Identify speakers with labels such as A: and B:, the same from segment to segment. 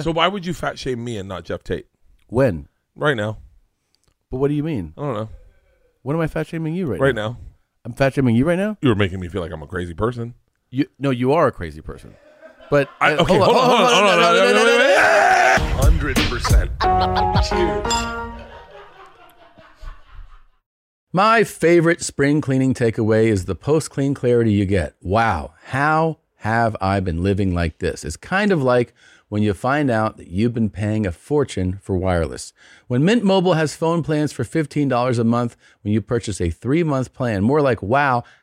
A: So why would you fat shame me and not Jeff Tate
B: When?
A: right now?
B: But what do you mean?
A: I don't know.
B: When am I fat shaming you right,
A: Right
B: now?
A: now,
B: I'm fat shaming you right now.
A: you were making me feel like I'm a crazy person.
B: You no, you are a crazy person. But
A: I,
B: uh,
A: okay, hold on, hold on, hold on,
B: no, no, no, no, no, no.
A: Hundred percent.
B: My favorite spring cleaning takeaway is the post clean clarity you get. Wow, how have I been living like this? It's kind of like when you find out that you've been paying a fortune for wireless. When Mint Mobile has phone plans for $15 a month, when you purchase a three month plan, more like, wow,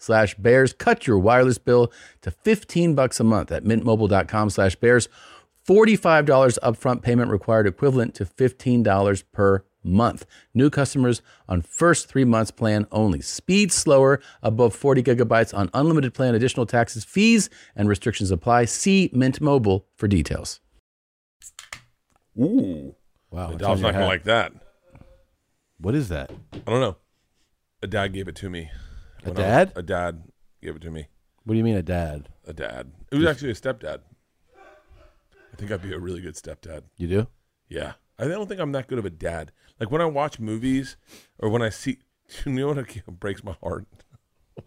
B: slash bears. Cut your wireless bill to 15 bucks a month at mintmobile.com slash bears. $45 upfront payment required equivalent to $15 per month. New customers on first three months plan only. Speed slower above 40 gigabytes on unlimited plan. Additional taxes, fees, and restrictions apply. See Mint Mobile for details. Oh,
A: Ooh,
B: Wow.
A: my Adele's not gonna like that.
B: What is that?
A: I don't know. A dad gave it to me.
B: A
A: when I was-
B: dad?
A: a dad gave it to me.
B: What do you mean a dad?
A: A dad. It was actually a stepdad. I think I'd be a really good stepdad.
B: You do?
A: Yeah. I don't think I'm that good of a dad. Like when I watch movies or when I see, you know what breaks my heart?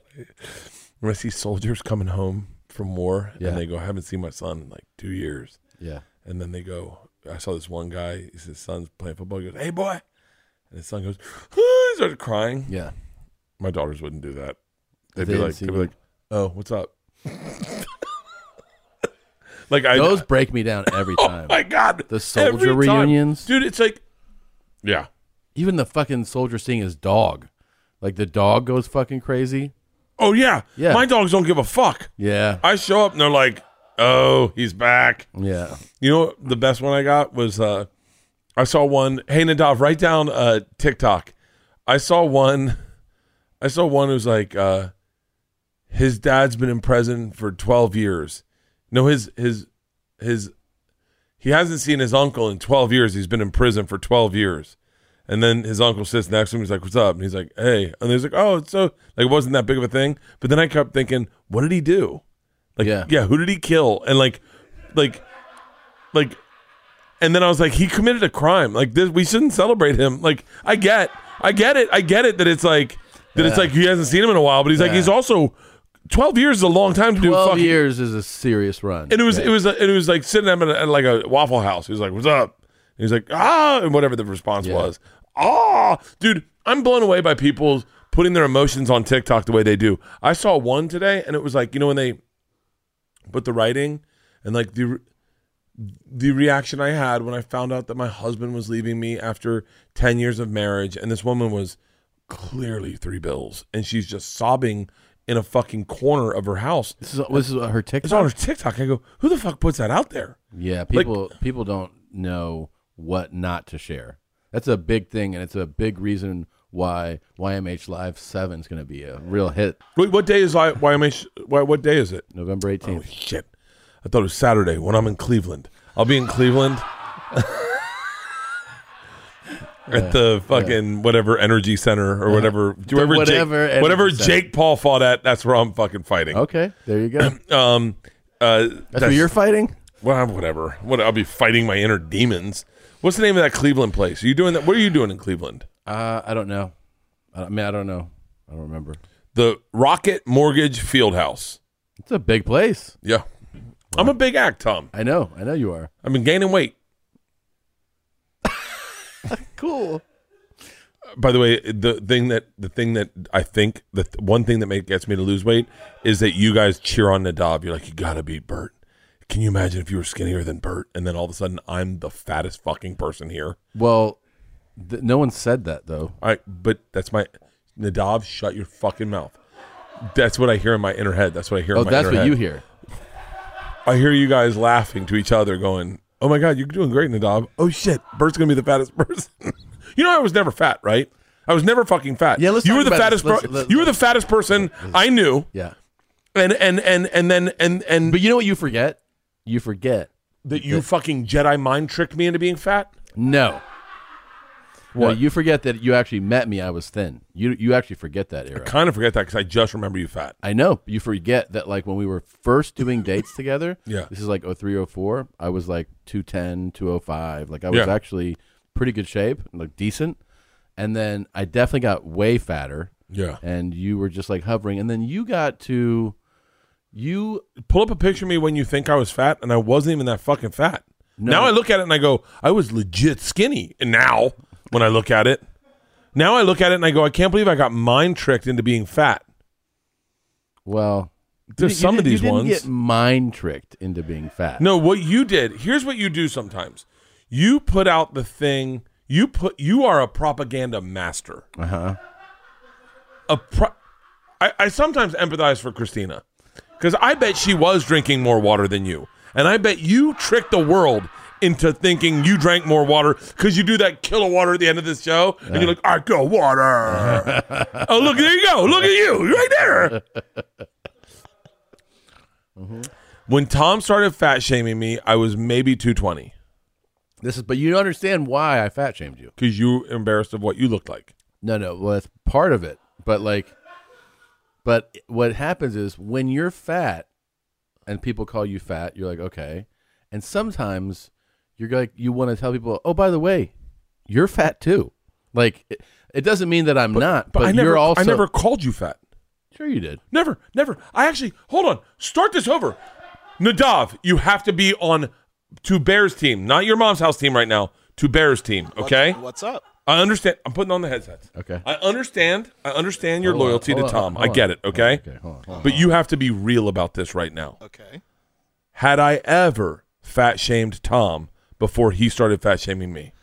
A: when I see soldiers coming home from war
B: Yeah.
A: and they go, I haven't seen my son in like two years.
B: Yeah.
A: And then they go, I saw this one guy, his his son's playing football. He goes, Hey, boy. And his son goes, he started crying.
B: Yeah.
A: My daughters wouldn't do that.
B: If
A: They'd be
B: they didn't
A: like,
B: see
A: they'd be
B: you.
A: like, Oh, what's up? like, I.
B: Those break me down every
A: oh,
B: time.
A: my God.
B: The soldier
A: Every time.
B: reunions.
A: Dude, it's like, yeah.
B: Even the fucking soldier seeing his dog. Like the dog goes fucking crazy.
A: Oh yeah.
B: Yeah.
A: My dogs don't give a fuck.
B: Yeah.
A: I show up and they're like, "Oh, he's back."
B: Yeah.
A: You know, what the best one I got was uh I saw one, "Hey Nadav, write down uh TikTok." I saw one I saw one who's like uh his dad's been in prison for 12 years. No, his his his he hasn't seen his uncle in 12 years. He's been in prison for 12 years. And then his uncle sits next to him. He's like, "What's up?" And he's like, "Hey." And he's like, "Oh, it's so like it wasn't that big of a thing." But then I kept thinking, "What did he do? Like,
B: Yeah.
A: yeah, who did he kill?" And like, like, like, and then I was like, "He committed a crime. Like this, we shouldn't celebrate him." Like, I get, I get it, I get it that it's like that it's
B: Yeah.
A: like he hasn't seen him in a while. But he's like,
B: Yeah.
A: he's also twelve years is a long time to do
B: Twelve
A: fucking
B: years is a serious run.
A: and it was
B: Yeah.
A: it was and it was like sitting at, at like a Waffle House. He was like, "What's up?" And he was like, "Ah," and whatever the response
B: Yeah.
A: was. Ah, dude, I'm blown away by people putting their emotions on TikTok the way they do. I saw one today, and it was like you know when they put the writing and like the the reaction I had when I found out that my husband was leaving me after 10 years of marriage and this woman was clearly three bills and she's just sobbing in a fucking corner of her house.
B: This is this is her
A: It's
B: TikTok.
A: on her TikTok. I go, "Who the fuck puts that out there?"
B: Yeah, people people don't know what not to share. That's a big thing, and it's a big reason why YMH Live Seven is going to be a real hit
A: Wait, what day is I? Why am I? sh- Why, what day is it?
B: November
A: Oh
B: eighteenth.
A: shit! I thought it was Saturday when I'm in Cleveland. I'll be in Cleveland at the fucking whatever Energy Center or whatever wherever
B: whatever
A: Jake,
B: Energy
A: Uh-huh. whatever Oh.
B: Center.
A: Jake Paul fought at. That's where I'm fucking fighting.
B: Okay, there you go. That's,
A: Um, uh,
B: where you're fighting.
A: well, whatever. What I'll be fighting my inner demons. What's the name of that Cleveland place? Are you doing that? What are you doing in Cleveland?
B: Uh, I don't know. I, I mean, I don't know. I don't remember.
A: The Rocket Mortgage Fieldhouse.
B: It's a big place.
A: Yeah, I'm a big act, Tom.
B: I know. I know you are.
A: I've been gaining weight.
B: Cool.
A: By the way, the thing that the thing that I think the th- one thing that make, gets me to lose weight is that you guys cheer on Nadav. You're like, you gotta beat Bert. Can you imagine if you were skinnier than Bert? And then all of a sudden, I'm the fattest fucking person here.
B: Well, th- no one said that though.
A: All right, but that's my Nadav. Shut your fucking mouth. That's what I hear in my inner head. That's what I hear.
B: Oh,
A: in my
B: that's
A: inner head.
B: what you hear.
A: I hear you guys laughing to each other, going, "Oh my god, you're doing great, Nadav." Oh shit, Bert's gonna be the fattest person. You know, I was never fat, right? I was never fucking fat.
C: Yeah, let's
A: you
C: talk
A: were the
C: about
A: fattest.
C: this. Let's-
A: per-
C: let's-
A: you were the fattest person I knew,
C: Yeah.
A: and and and and then and and
B: But you know what you forget? You forget.
A: that you fucking Jedi mind tricked me into being fat.
B: No. Well,
A: What?
B: you forget that you actually met me. I was thin. You you actually forget that era.
A: Kind of forget that because I just remember you fat.
B: I know. You forget that like when we were first doing dates together,
A: Yeah.
B: this is like 03, 04, I was like 210, 205. Like I was
A: Yeah.
B: actually pretty good shape, like decent. And then I definitely got way fatter
A: Yeah.
B: and you were just like hovering and then you got to you
A: Pull up a picture of me when you think I was fat, and I wasn't even that fucking fat. Now I look at it and I go, I was legit skinny. And now when I look at it, now I look at it and I go, I can't believe I got mind tricked into being fat.
B: well
A: There's
B: you
A: some
B: didn't-
A: of these
B: you didn't
A: ones.
B: get mind tricked into being fat.
A: No, what you did, here's what you do sometimes. You put out the thing, you put you are a propaganda master.
B: Uh-huh.
A: A pro- I, I sometimes empathize for Christina. Because I bet she was drinking more water than you. And I bet you tricked the world into thinking you drank more water because you do that kill of water at the end of this show. And you're like, I go water. oh, look, there you go. Look at you right there. When Tom started fat shaming me, I was maybe 220
B: This is but you don't understand why I fat shamed you.
A: because you were embarrassed of what you looked like.
B: No, no, well that's part of it. But like but what happens is when you're fat and people call you fat, you're like, okay. And sometimes you're like you want to tell people, "Oh, by the way, you're fat too." Like it, it doesn't mean that I'm not, but,
A: I never,
B: you're also
A: I never called you fat.
B: Sure you did.
A: Never, never. I actually hold on. Start this over. Nadav, you have to be on to Bears team, not your mom's house team right now. To Bears team, okay?
D: What's up?
A: I understand. I'm putting on the headsets.
B: Okay.
A: I understand. I understand your
B: Hold on,
A: loyalty
B: hold
A: to
B: on,
A: Tom. I
B: hold
A: get
B: on.
A: it. Okay.
B: Okay, hold on. hold on.
A: But you have to be real about this right now.
D: Okay.
A: Had I ever fat shamed Tom before he started fat shaming me?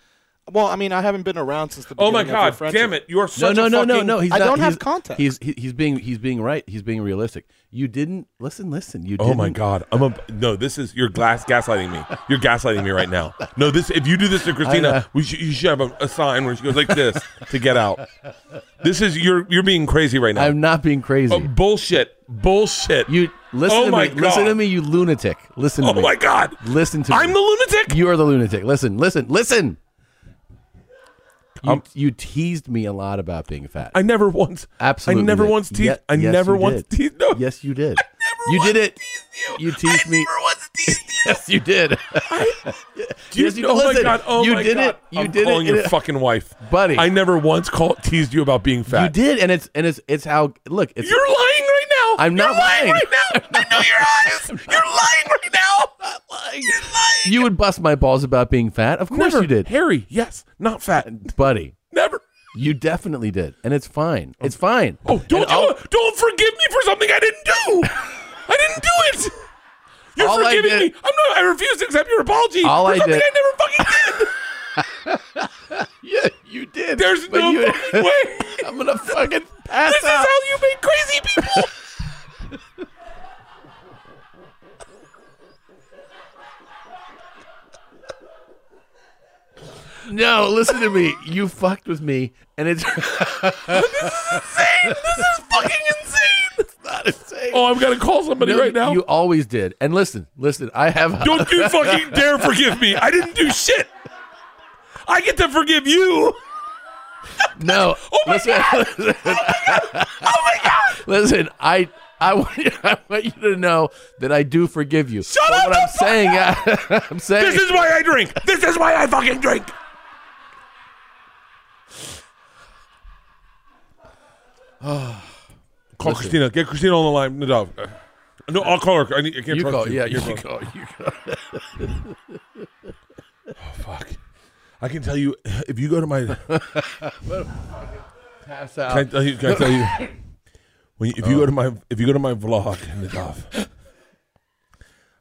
D: Well, I mean, I haven't been around since the
A: Oh
D: beginning
A: my
D: of your
A: God!
D: friendship.
A: Damn it! You are
B: No,
A: such
B: no,
A: a
B: no,
A: fucking.
B: no, no. He's
D: I
B: not,
D: don't have
B: he's-
D: contact.
B: He's he- he's being he's being right. He's being realistic. You didn't listen. Listen. You.
A: Oh my
B: didn't-
A: God! I'm a no. This is you're glass gaslighting me. You're gaslighting me right now. No, this if you do this to
B: know.
A: Christina, we should, you should have a, a sign where she goes like this to get out. This is you're you're being crazy right now.
B: I'm not being crazy.
A: Oh, bullshit! Bullshit!
B: you listen
A: Oh
B: to
A: my
B: me. Listen
A: God.
B: to me. You lunatic. Listen to
A: Oh
B: me.
A: my God!
B: Listen to
A: I'm
B: me.
A: the lunatic.
B: You are the lunatic. Listen. Listen. Listen. You,
A: I'm-
B: you teased me a lot about being fat.
A: Um, I never once.
B: Absolutely.
A: I never
B: did.
A: once teased.
B: Ye-
A: I
B: yes,
A: never
B: you
A: once
B: did.
A: teased. No.
B: Yes, you did.
A: never
B: you did
A: once
B: it. You teased me. Yes, you did.
A: Do you
B: Yes, you-
A: oh my
B: listen,
A: God! Oh
B: you
A: my
B: did
A: God.
B: it. You
A: I'm
B: did it.
A: calling your
B: It-
A: fucking wife,
B: Buddy.
A: I never once called teased you about being fat.
B: you did, and it's and it's it's how look. It's
A: You're lying right now.
B: I'm not
A: You're lying.
B: lying.
A: right now. I know your eyes. You're lying right now. Not lying. You're lying.
B: you would bust my balls about being fat. Of course
A: Never.
B: you did,
A: Harry, yes. Not fat.
B: buddy.
A: Never.
B: You definitely did, and it's fine. It's fine.
A: Oh, don't you, don't forgive me for something I didn't do. I didn't do it. You're
B: All I
A: forgiving
B: did-
A: me. I'm not I refuse to accept your apology
B: All
A: for
B: I
A: something
B: did-
A: I never fucking did.
B: yeah, you did.
A: There's
B: But
A: no
B: you-
A: fucking way.
B: I'm gonna fucking pass
A: This is
B: out.
A: how you make crazy people.
B: no, listen to me. You fucked with me, and it's
A: this is fucking insane.
B: not insane.
A: Oh, I'm gonna call somebody
B: No,
A: right now.
B: You always did. And listen, listen. I have.
A: Don't you fucking dare forgive me. I didn't do shit. I get to forgive you.
B: No. Oh
A: my
B: listen, God. Listen,
A: Oh my god.
B: listen, I. I want, you, I want you to know that I do forgive you.
A: Shut
B: but
A: up
B: What
A: the
B: I'm
A: fuck
B: saying, I, I'm saying,
A: This is why I drink. This is why I fucking drink. call Christina. Get Christina on the line. Nadav. Uh, No, I'll call her. I, need, I can't
B: you
A: trust
B: call,
A: you.
B: yeah,
A: I
B: you
A: can't trust-
B: call, you call.
A: Fuck. I can tell you if you go to my. Can
B: Pass out.
A: I tell you? Can I tell you? When you, if you go to my if you go to my vlog, Nadav,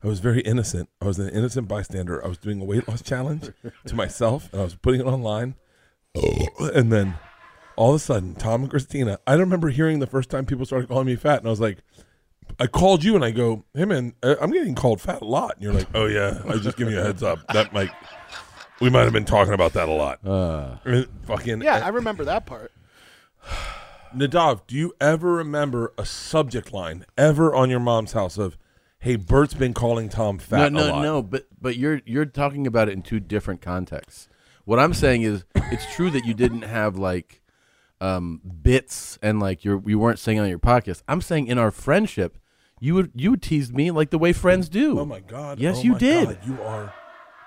A: I was very innocent. I was an innocent bystander. I was doing a weight loss challenge to myself, and I was putting it online. Oh, and then all of a sudden, Tom and Christina. I remember hearing the first time people started calling me fat, and I was like, I called you, and I go, "Hey man, I- I'm getting called fat a lot." And you're like, "Oh yeah, I was just giving you a heads up." That like, We might have been talking about that a lot.
B: Uh,
A: Fucking
D: Yeah, I remember that part.
A: Nadav, do you ever remember a subject line ever on your mom's house of, "Hey, Bert's been calling Tom
B: no,
A: fat"? a
B: no,
A: lot.
B: no. But but you're you're talking about it in two different contexts. What I'm saying is, it's true that you didn't have like um, bits and like you you weren't saying on your podcast. I'm saying in our friendship, you would you would tease me like the way friends do.
A: Oh my god!
B: Yes,
A: Oh
B: you
A: my
B: did.
A: God, you are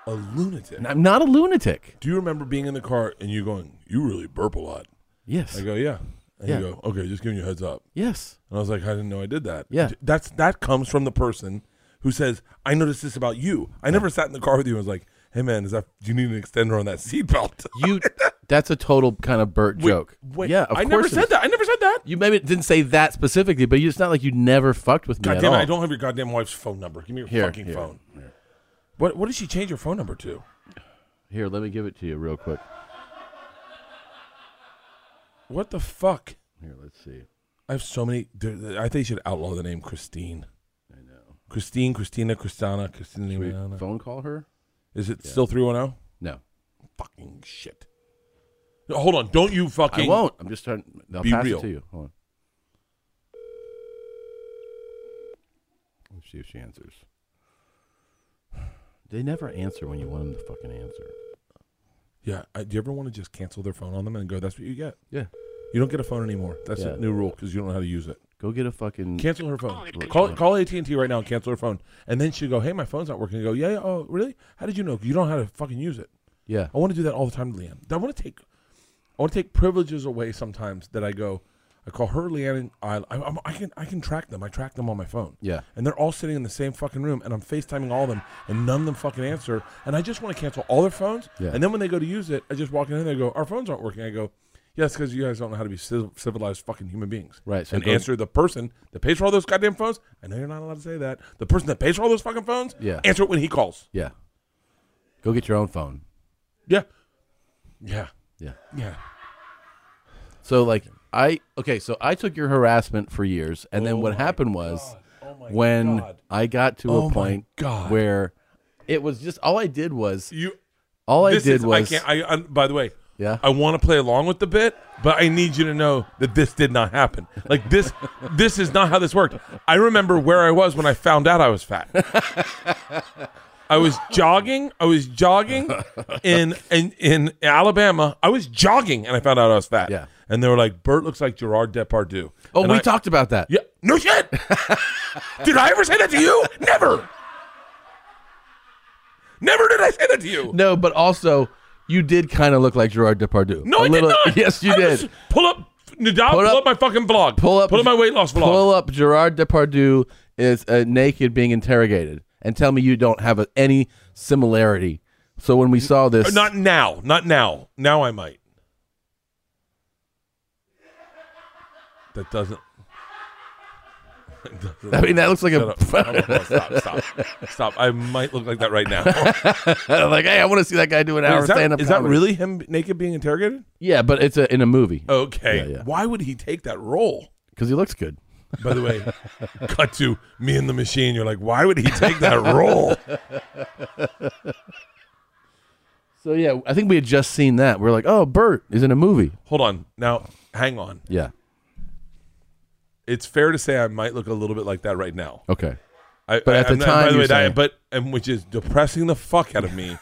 A: a lunatic.
B: And I'm not a lunatic.
A: Do you remember being in the car and you going, "You really burp a lot"?
B: Yes.
A: I go, "Yeah." And
B: Yeah.
A: you go, "Okay, just giving you a heads up."
B: Yes.
A: And I was like, "I didn't know I did that."
B: Yeah.
A: That's that comes from the person who says, "I noticed this about you." I never sat in the car with you and was like, "Hey man, is that do you need an extender on that seatbelt?"
B: You. that's a total kind of Bert joke.
A: Wait,
B: yeah. Of
A: I
B: course
A: never
B: it
A: said
B: is.
A: that. I never said that.
B: You maybe didn't say that specifically, but you, it's not like you never fucked with me
A: God
B: at
A: damn it,
B: all.
A: I don't have your goddamn wife's phone number. Give me your
B: Here,
A: fucking
B: here,
A: phone. What what did she change her phone number to?
B: Here, let me give it to you real quick.
A: What the fuck?
B: Here, let's see.
A: I have so many. dude, I think they should outlaw the name Christine. I know. Christine, Christina, Christina,
B: Should we
A: Christina.
B: phone call her?
A: Is it still 310?
B: No,
A: Fucking shit. No, hold on. Don't you fucking.
B: I won't. I'm just trying. I'll
A: Be
B: pass
A: real.
B: it to you. Hold on. Let's see if she answers. They never answer when you want them to fucking answer.
A: Yeah. I, do you ever want to just cancel their phone on them and go, that's what you get?
B: Yeah.
A: You don't get a phone anymore. That's
B: Yeah.
A: a new rule because you don't know how to use it.
B: Go get a fucking.
A: Cancel her phone. Call call AT and T right now and cancel her phone. And then she'll go, "Hey, my phone's not working." And go, "Yeah, yeah, oh, really? How did you know? You don't know how to fucking use it."
B: yeah.
A: I want to do that all the time, to Leanne. I want to take, I want to take privileges away sometimes that I go, I call her Leanne, and I, I, I'm- I can, I can track them. I track them on my phone.
B: Yeah.
A: And they're all sitting in the same fucking room, and I'm FaceTiming all of them, and none of them fucking answer. And I just want to cancel all their phones.
B: Yeah.
A: And then when they go to use it, I just walk in there and they go, our phones aren't working. I go, yes, because you guys don't know how to be civ- civilized fucking human beings.
B: Right, so
A: and
B: go-
A: answer the person that pays for all those goddamn phones. I know you're not allowed to say that. The person that pays for all those fucking phones.
B: Yeah.
A: Answer it when he calls.
B: Yeah. Go get your own phone.
A: Yeah. Yeah.
B: Yeah.
A: Yeah.
B: So like I okay, so I took your harassment for years, and
A: Oh
B: then what happened was when I got to
A: Oh
B: a
A: my
B: point
A: God.
B: where it was just all I did was
A: You.
B: all I
A: this
B: did
A: is,
B: was
A: I can't. I, I, by the way,
B: Yeah.
A: I want to play along with the bit, but I need you to know that this did not happen. Like this, this is not how this worked. I remember where I was when I found out I was fat. I was jogging. I was jogging in in in Alabama. I was jogging and I found out I was fat.
B: Yeah.
A: And they were like, "Bert looks like Gerard Depardieu."
B: oh
A: And
B: we
A: I-
B: talked about that
A: Yeah. No shit. did I ever say that to you? Never. Never did I say that to you.
B: no, but also you did kind of look like Gerard Depardieu.
A: No,
B: A
A: I
B: little-
A: did not.
B: Yes, you
A: I
B: did.
A: was- pull up, Nadal, pull,
B: Pull
A: up,
B: up-
A: my fucking vlog.
B: pull up
A: pull up my weight loss vlog.
B: Pull up Gerard Depardieu is uh, naked being interrogated, and tell me you don't have a, any similarity. So when we saw this,
A: Uh, Not now, not now. Now I might. That doesn't. It doesn't-
B: I mean that looks like
A: Shut
B: a
A: up. Hold on, stop, stop, stop. I might look like that right now.
B: like, hey, I want to see that guy do an hour
A: is that,
B: stand up.
A: is that really Oh. him naked being interrogated?
B: Yeah, but it's a, in a movie
A: Okay.
B: Yeah, yeah.
A: Why would he take that role?
B: because he looks good.
A: By the way, cut to me and the machine. You're like, why would he take that role?
B: So yeah, I think we had just seen that. We're like, oh, Bert is in a movie.
A: Hold on. Now, hang on.
B: Yeah.
A: it's fair to say I might look a little bit like that right now.
B: Okay.
A: I,
B: But
A: I-
B: at the
A: I'm not-
B: time
A: by the
B: you're
A: way,
B: saying-
A: that, but and which is depressing the fuck out of me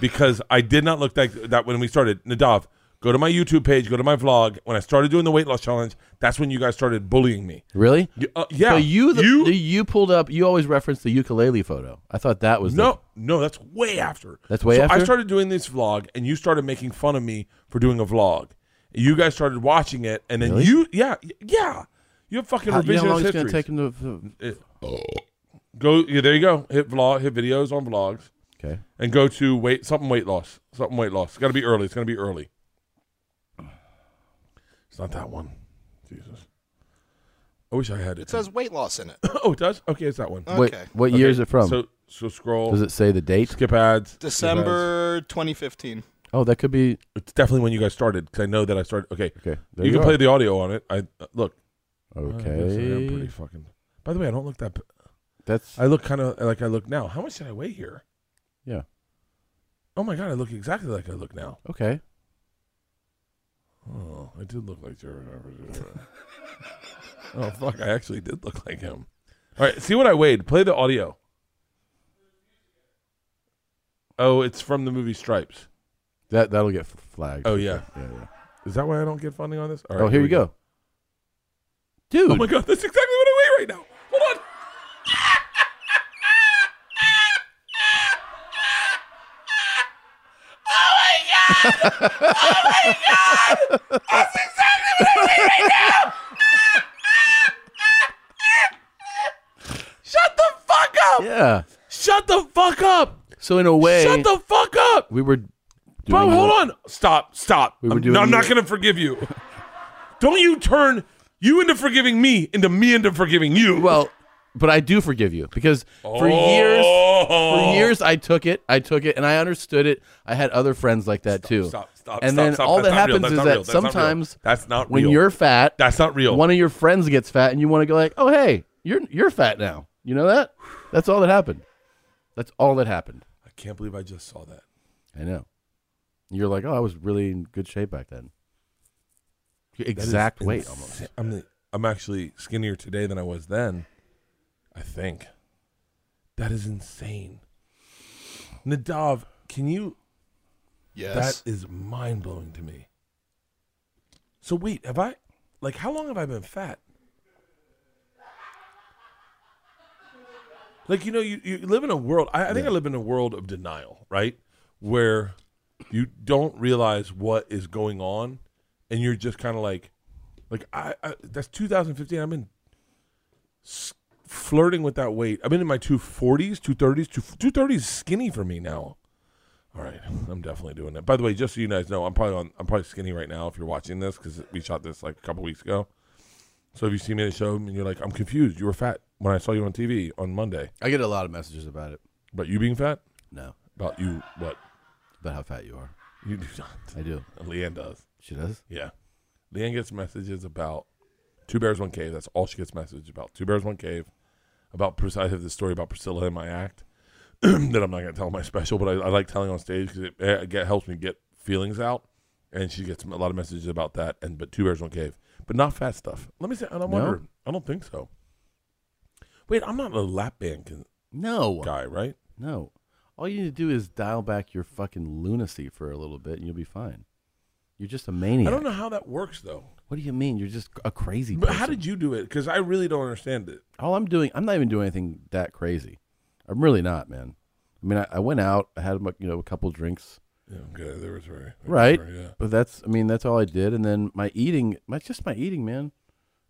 A: because I did not look like that when we started. Nadav, go to my YouTube page, go to my vlog. When I started doing the weight loss challenge, that's when you guys started bullying me.
B: Really?
A: You- uh, yeah,
B: So you the,
A: you
B: the- you pulled up. You always referenced the ukulele photo. I thought that was the-
A: no no that's way after.
B: That's way
A: so I
B: after?
A: started doing this vlog, and you started making fun of me for doing a vlog. You guys started watching it, and then you yeah y- yeah you have fucking
B: How-
A: revisionist
B: you know how long it's
A: history.
B: going to take him to?
A: go yeah, there you go hit vlog hit videos on vlogs
B: Okay.
A: and go to weight something weight loss something weight loss it's got to be early it's going to be early it's not that one jesus i wish i had it
D: It says weight loss in it.
A: oh it does okay it's that one
D: Okay.
B: Wait, what year is it from?
A: so so scroll
B: Does it say the date?
A: skip ads
D: December 2015.
B: Oh, that could be.
A: it's definitely when you guys started because i know that i started okay
B: Okay. There
A: you, can
B: are.
A: play the audio on it i uh, look I guess I am pretty
B: Okay.
A: fucking by the way i don't look that
B: That's
A: i look kind of like i look now how much did i weigh here
B: yeah.
A: Oh my god, I look exactly like I look now.
E: Okay.
A: Oh, I did look like Jared. oh fuck, I actually did look like him. All right, see what I weighed. Play the audio. Oh, it's from the movie Stripes.
E: That that'll get f- flagged.
A: Oh, yeah.
E: Yeah, yeah.
A: Is that why I don't get funding on this? All right,
E: oh, here you
A: we
E: go. Dude.
A: Oh my god, that's exactly what I weigh right now. Hold on. Oh Shut the fuck up!
E: Yeah.
A: Shut the fuck up!
E: So in a way,
A: Shut the fuck up!
E: we were. Doing
A: Bro, hold
E: what-
A: on. Stop, stop.
E: were
A: I'm,
E: doing
A: I'm not
E: the-
A: going to forgive you. Don't you turn you into forgiving me into me into forgiving you.
E: Well, but I do forgive you because for
A: Oh.
E: years, for years I took it, I took it, and I understood it. I had other friends like that too.
A: Stop, stop,
E: And
A: stop,
E: then
A: stop.
E: all
A: That's
E: that
A: not real.
E: happens
A: That's
E: is
A: not
E: that
A: real. That's not real.
E: sometimes
A: That's not
E: when
A: real.
E: you're fat,
A: That's not real.
E: One of your friends gets fat, and you want to go like, "Oh hey, you're you're fat now." You know that? That's all that happened. That's all that happened.
A: I can't believe I just saw that.
E: I know. You're like, "Oh, I was really in good shape back then." Your exact weight, almost.
A: I'm the, I'm actually skinnier today than I was then. I think. That is insane. Nadav, can you
F: Yes.
A: That is mind blowing to me. So wait, have I like how long have I been fat? Like you know, you, you live in a world I, I think I live in a world of denial, right? Where you don't realize what is going on and you're just kind of like like I, I that's 2015 I'm in s- flirting with that weight. I've been in my 240s, 230s, 230s is skinny for me now. All right, I'm definitely doing that. By the way, just so you guys know, I'm probably on. I'm probably skinny right now if you're watching this because we shot this like a couple weeks ago. So if you see me at a show and you're like, I'm confused. You were fat when I saw you on TV on Monday.
E: I get a lot of messages about it.
A: About you being fat?
E: No,
A: About you? What?
E: about how fat you are.
A: You do not.
E: I do.
A: Leanne does.
E: She does.
A: Yeah. Leanne gets messages about Two Bears One Cave. That's all she gets messages about. Two Bears One Cave. About Pris- I have this story about Priscilla and my act that I'm not going to tell in my special, but I, I like telling on stage because it, eh, it get, helps me get feelings out. And she gets a lot of messages about that. And but Two Bears One Cave, but not fat stuff. Let me say, and I'm
E: No?
A: wondering. I don't think so. Wait, I'm not a lap band con-
E: No.
A: guy, right?
E: No. All you need to do is dial back your fucking lunacy for a little bit and you'll be fine. You're just a maniac.
A: I don't know how that works though.
E: What do you mean? You're just a crazy
A: But
E: person.
A: how did you do it? Because I really don't understand it.
E: All I'm doing, I'm not even doing anything that crazy. I'm really not, man. I mean, I, I went out, I had you know a couple drinks,
A: Yeah, okay, there was very
E: right?
A: Yeah.
E: But that's, I mean, that's all I did. And then my eating, my just my eating, man.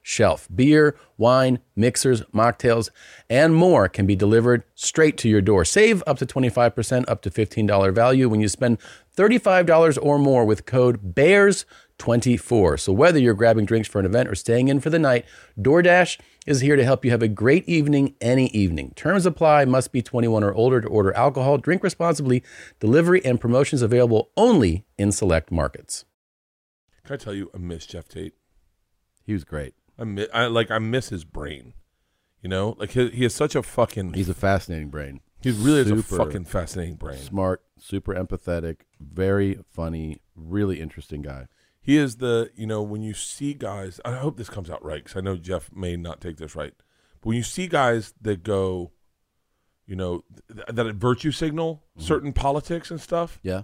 C: shelf. Beer, wine, mixers, mocktails, and more can be delivered straight to your door. Save up to 25% up to $15 value when you spend $35 or more with code E BEARS24. So whether you're grabbing drinks for an event or staying in for the night, DoorDash is here to help you have a great evening any evening. Terms apply, must be 21 or older to order alcohol, drink responsibly, delivery and promotions available only in select markets.
A: Can I tell you, I miss Jeff Tate.
B: He was great.
A: I, mi- I like I miss his brain. You know, like he, he is such a fucking.
B: He's a fascinating brain.
A: he really is a
B: super
A: fucking fascinating brain.
B: Smart, super empathetic, very funny, really interesting guy.
A: He is the you know when you see guys. I hope this comes out right because I know Jeff may not take this right. But when you see guys that go, you know, th- that virtue signal
B: Mm-hmm.
A: certain politics and stuff,
B: Yeah.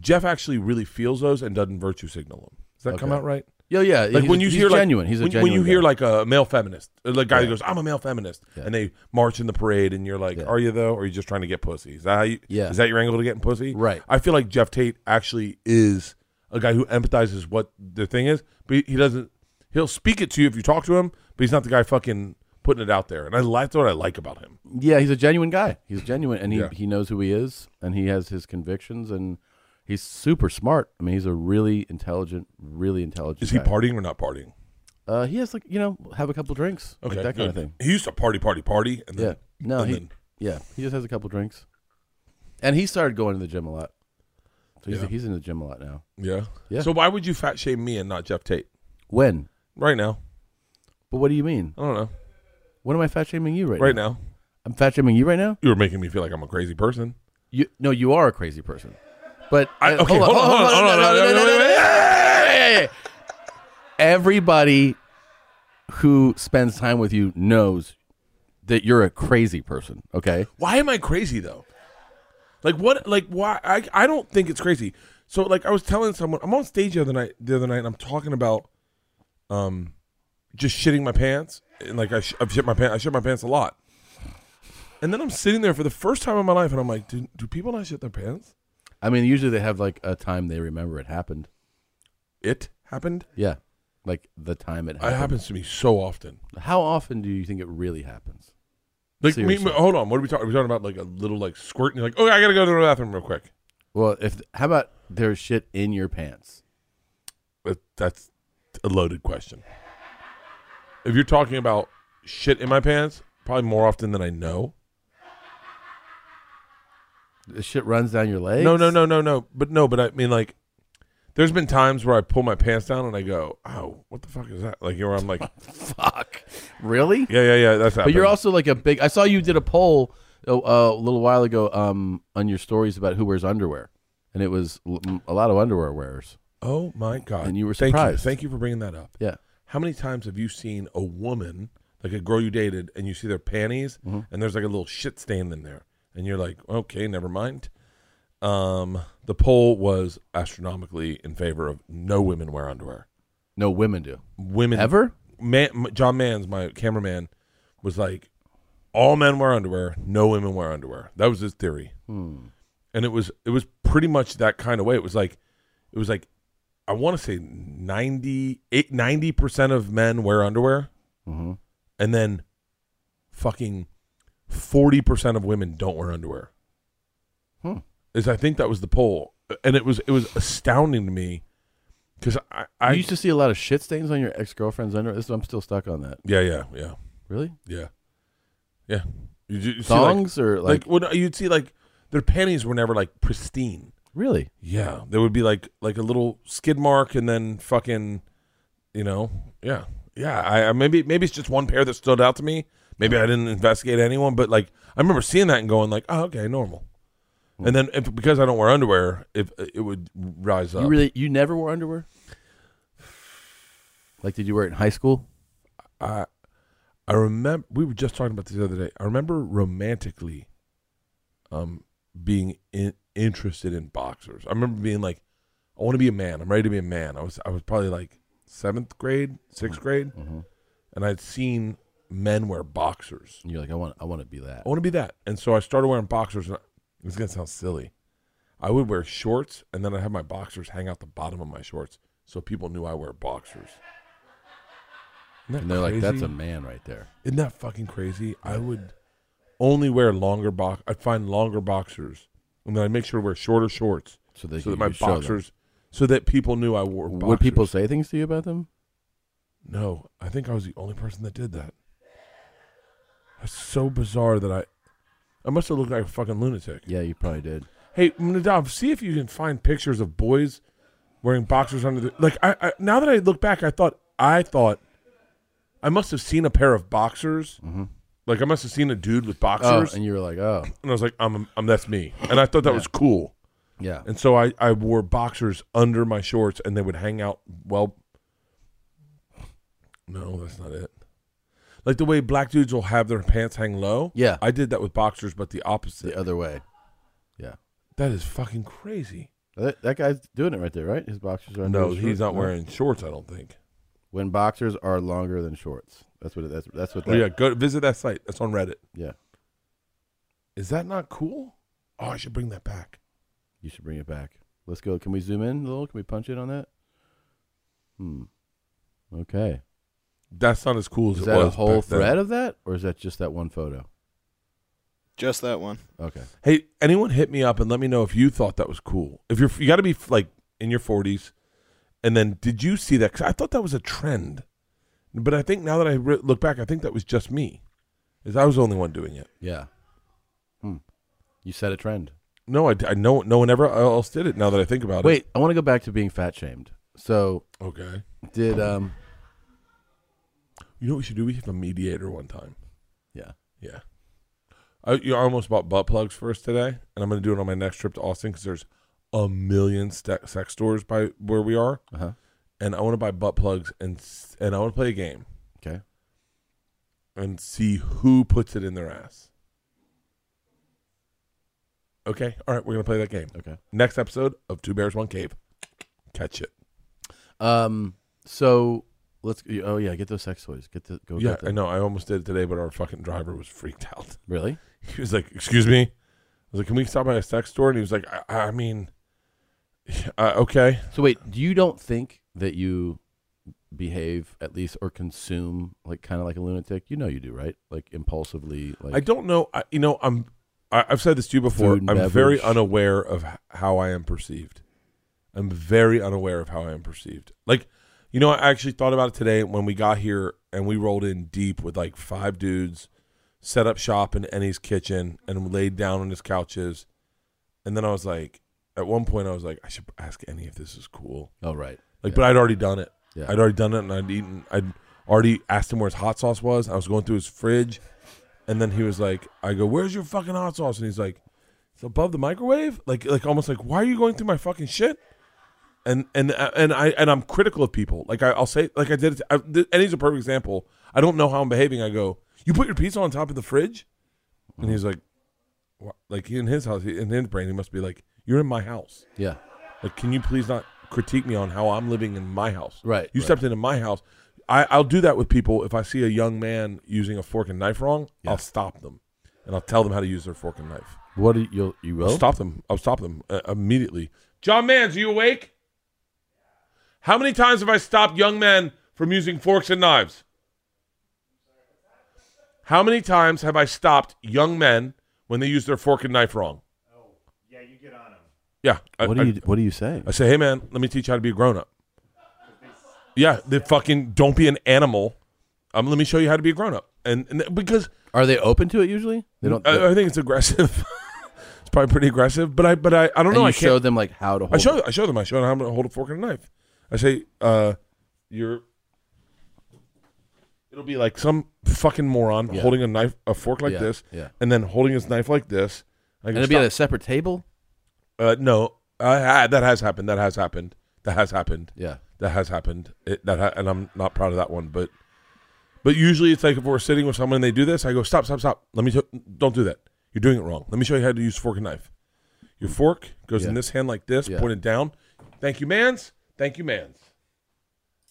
A: Jeff actually really feels those and doesn't virtue signal them. Does that come
B: Okay.
A: out right?
B: Yeah, yeah.
A: like
B: he's,
A: when you
B: he's
A: hear
B: genuine.
A: like
B: he's a
A: when,
B: genuine
A: when you hear
B: guy.
A: like a male feminist, uh, like guy
B: Yeah.
A: that goes, "I'm a male feminist,"
B: Yeah.
A: and they march in the parade, and you're like,
B: Yeah.
A: "Are you though? Or are you just trying to get pussy? Is that how you?
B: Yeah.
A: Is that your angle to getting pussy?
B: Right.
A: I feel like Jeff Tate actually is a guy who empathizes what the thing is, but he- he doesn't. He'll speak it to you if you talk to him, but he's not the guy fucking putting it out there. And I like that's what I like about him.
B: Yeah, he's a genuine guy. He's genuine, and he,
A: Yeah.
B: he knows who he is, and he has his convictions, and he's super smart. I mean, he's a really intelligent, really intelligent.
A: Is he
B: guy.
A: partying or not partying?
B: Uh, he has like you know, have a couple drinks, like that kind
A: good.
B: of thing.
A: He used to party, party, party, and
B: Yeah,
A: then,
B: no,
A: and
B: he
A: then-
B: yeah, he just has a couple drinks, and he started going to the gym a lot. So he's
A: Yeah.
B: he's in the gym a lot now.
A: yeah,
B: Yeah.
A: So why would you fat shame me and not Jeff Tate
B: When?
A: right now?
B: But what do you mean?
A: I don't know.
B: When am I fat shaming you right,
A: Right
B: now?
A: now,
B: I'm fat shaming you right now.
A: you were making me feel like I'm a crazy person.
B: You no, you are a crazy person. But
A: I,
B: uh,
A: okay, hold on, hold on, hold on,
B: no, no, no, no, no, no, no. everybody who spends time with you knows that you're a crazy person. Okay.
A: Why am I crazy though? Like what? Like why? I I don't think it's crazy. So like I was telling someone, I'm on stage the other night. The other night, and I'm talking about, um, just shitting my pants, and like I sh- I've shit my pants. I shit my pants a lot. And then I'm sitting there for the first time in my life, and I'm like, do, do people not shit their pants?
B: I mean, usually they have like a time they remember it happened.
A: It happened.
B: Yeah. Like the time it
A: It
B: happened.
A: happens to me so often.
B: How often do you think it really happens?
A: Like, me,
B: Seriously.
A: hold on. What are we talking? Are we talking about like a little like squirt? And you're like, oh, I gotta go to the bathroom real quick.
B: Well, if how about there's shit in your pants?
A: That- That's a loaded question. If you're talking about shit in my pants, probably more often than I know.
B: The shit runs down your legs.
A: No, no, no, no, no. But no, but I mean, like, there's been times where I pull my pants down and I go, "Oh, what the fuck is that?" Like, you know, where I'm like,
B: Fuck. Really?
A: "Yeah, yeah, yeah, that's."
B: But you're
A: happened."
B: also like a big. I saw you did a poll a, a little while ago um, on your stories about who wears underwear, and it was l- m- a lot of underwear wearers.
A: Oh my god!
B: And you were
A: Thank
B: surprised.
A: Thank you for bringing that up.
B: Yeah,
A: How many times have you seen a woman, like a girl you dated, and you see their panties, and there's like a little shit stain in there, and you're like, okay, never mind. Um, the poll was astronomically in favor of no women wear underwear.
B: no women do
A: Women
B: ever.
A: Man, M- John Mann's my cameraman was like, all men wear underwear, no women wear underwear. That was his theory, Hmm. and it was it was pretty much that kind of way. It was like, it was like, I want to say 90 percent of men wear underwear, Mm-hmm.
B: Mhm.
A: and then fucking forty percent of women don't wear underwear.
B: Hmm.
A: Is I think that was the poll, and it was it was astounding to me because I, I
B: you used to see a lot of shit stains on your ex girlfriend's underwear. This, I'm still stuck on that.
A: yeah yeah yeah.
B: Really?
A: Yeah, yeah. You, you see, like,
B: Thongs or like,
A: like, when you'd see like their panties were never like pristine.
B: really?
A: Yeah, there would be like like a little skid mark and then fucking, you know, yeah, yeah. I, I maybe maybe it's just one pair that stood out to me. Maybe I didn't investigate anyone, but like I remember seeing that and going like, oh okay, normal. And then if, because I don't wear underwear, if it would rise up.
B: You really? You never wore underwear? Like, did you wear it in high school?
A: I I remember we were just talking about this the other day. I remember romantically um being in, interested in boxers. I remember being like I want to be a man. I'm ready to be a man. I was I was probably like 7th grade,
B: Mm-hmm.
A: 6th grade and I'd seen men wear boxers.
B: And you're like, I want, I want to be that.
A: Oh, I want to be that. And so I started wearing boxers and It's gonna sound silly. I would wear shorts and then I'd have my boxers hang out the bottom of my shorts so people knew I wear boxers. Isn't that
B: And they're like, that's
A: crazy?
B: a man right there.
A: Isn't that fucking crazy? I would only wear longer box. I'd find longer boxers, and then I'd make sure to wear shorter shorts
B: So, they
A: so
B: could-
A: that my
B: you show them.
A: boxers, so that people knew I wore. Boxers.
B: Would people say things to you about them?
A: No, I think I was the only person that did that. That's so bizarre that I, I must have looked like a fucking lunatic.
B: Yeah, you probably did.
A: Hey, Nadav, see if you can find pictures of boys wearing boxers under the like. I, I now that I look back, I thought I thought I must have seen a pair of boxers.
B: Mm-hmm.
A: Like I must have seen a dude with
B: Oh,
A: boxers, and,
B: and you were like, oh,
A: I was like, "I'm, I'm that's me," and I thought that was cool.
B: yeah.
A: And so I, I wore boxers under my shorts, and they would hang out. Well, no, that's not it. Like the way black dudes will have their pants hang low.
B: Yeah.
A: I did that with boxers, but the opposite.
B: The other way. Yeah.
A: That is fucking crazy.
B: That, that guy's doing it right there, right? His boxers are under
A: No,
B: his
A: he's
B: shirt?
A: not
B: No.
A: wearing shorts. I don't think.
B: When boxers are longer than shorts. That's what it, that's that's what
A: Oh
B: that,
A: yeah, go visit that site. That's on Reddit.
B: yeah.
A: Is that not cool? Oh, I should bring that back.
B: You should bring it back. Let's go. Can we zoom in a little? Can we punch in on that? Hmm. Okay.
A: That's not as cool as
B: Is
A: it
B: that a
A: was
B: whole
A: back then.
B: thread of that, or is that just that one photo?
D: Just that one.
B: Okay.
A: Hey, anyone hit me up and let me know if you thought that was cool. If you're you got to be like in your 40s, and then did you see that? 'Cause I thought that was a trend, but I think now that I re- look back, I think that was just me, is I was the only one doing it.
B: Yeah. Hmm. You set a trend.
A: No, I, I know no one ever else did it. Now that I think about it,
B: Wait, I want to go back to being fat shamed. So
A: wait, okay.
B: did um
A: You know what we should do? We should have a mediator one time.
B: yeah.
A: Yeah. I, you know, I almost bought butt plugs for us today, and I'm going to do it on my next trip to Austin because there's a million st- sex stores by where we are,
B: Uh huh.
A: and I want to buy butt plugs and s- and I want to play a game
B: Okay.
A: and see who puts it in their ass. Okay, all right, we're gonna play that game.
B: Okay.
A: Next episode of Two Bears One Cave, catch it.
B: Um. So let's. Oh yeah, get those sex toys. Get the go.
A: yeah,
B: get
A: I
B: them.
A: know. I almost did it today, but our fucking driver was freaked out.
B: Really?
A: he was like, "Excuse me." I was like, "Can we stop by a sex store?" And he was like, "I, I mean, uh, okay."
B: So wait, you don't think that you behave at least or consume like kind of like a lunatic? You know you do, right? Like impulsively. Like
A: I don't know. I, you know, I'm. I, I've said this to you before.
B: Food
A: I'm
B: and
A: very
B: beverage.
A: unaware of h- how I am perceived. I'm very unaware of how I am perceived. Like, you know, I actually thought about it today when we got here and we rolled in deep with like five dudes, set up shop in Enny's kitchen, and laid down on his couches. And then I was like, at one point, I was like, I should ask Enny if this is cool.
B: Oh right.
A: Like,
B: Yeah.
A: but I'd already done it.
B: Yeah.
A: I'd already done it, and I'd eaten. I'd already asked him where his hot sauce was. I was going through his fridge, and then he was like, "I go, where's your fucking hot sauce?" And he's like, "It's above the microwave." Like, like almost like, "Why are you going through my fucking shit?" And and and I and I'm critical of people. Like I, I'll say, like I did. It I, th- and he's a perfect example. I don't know how I'm behaving. I go, "You put your pizza on top of the fridge," and he's like, what? "Like in his house, in his brain, he must be like, you're in my house."
B: Yeah.
A: Like, can you please not critique me on how I'm living in my house?
B: Right,
A: You
B: right.
A: stepped into my house. I, I'll do that with people. If I see a young man using a fork and knife wrong, I'll stop them and I'll tell them how to use their fork and knife.
B: What do you you'll- you will?
A: I'll stop them. I'll stop them uh, immediately. John Mans, are you awake? How many times have I stopped young men from using forks and knives? How many times have I stopped young men when they use their fork and knife wrong?
G: Oh, Yeah, you get on them.
A: Yeah. I-
B: What
A: I-
B: do you What do you say?
A: I say, hey man, let me teach you how to be a grown up. Yeah, they fucking don't be an animal. Um, let me show you how to be a grown up. And, and because
B: Are they open to it usually? They don't.
A: I, I think it's aggressive. it's probably pretty aggressive. But I, but I, I don't
B: and
A: know.
B: you
A: I
B: show
A: can't.
B: them like how to hold.
A: I show, I show them. I show them how to hold a fork and a knife. I say, uh, you're. It'll be like some fucking moron
B: Yeah.
A: holding a knife, a fork like
B: Yeah,
A: this,
B: yeah.
A: and then holding his knife like this. I
B: And
A: go,
B: it'll be
A: "Stop."
B: at a separate table.
A: uh, no, uh, that has happened. That has happened. That has happened.
B: Yeah.
A: that has happened. It, that ha- and I'm not proud of that one, but but usually it's like if we're sitting with someone and they do this, I go stop, stop, stop. Let me t- don't do that. You're doing it wrong. Let me show you how to use fork and knife. Your fork goes in
B: Hmm. Yeah.
A: this hand like this,
B: Yeah.
A: pointed down. Thank you, man's. Thank you, man's.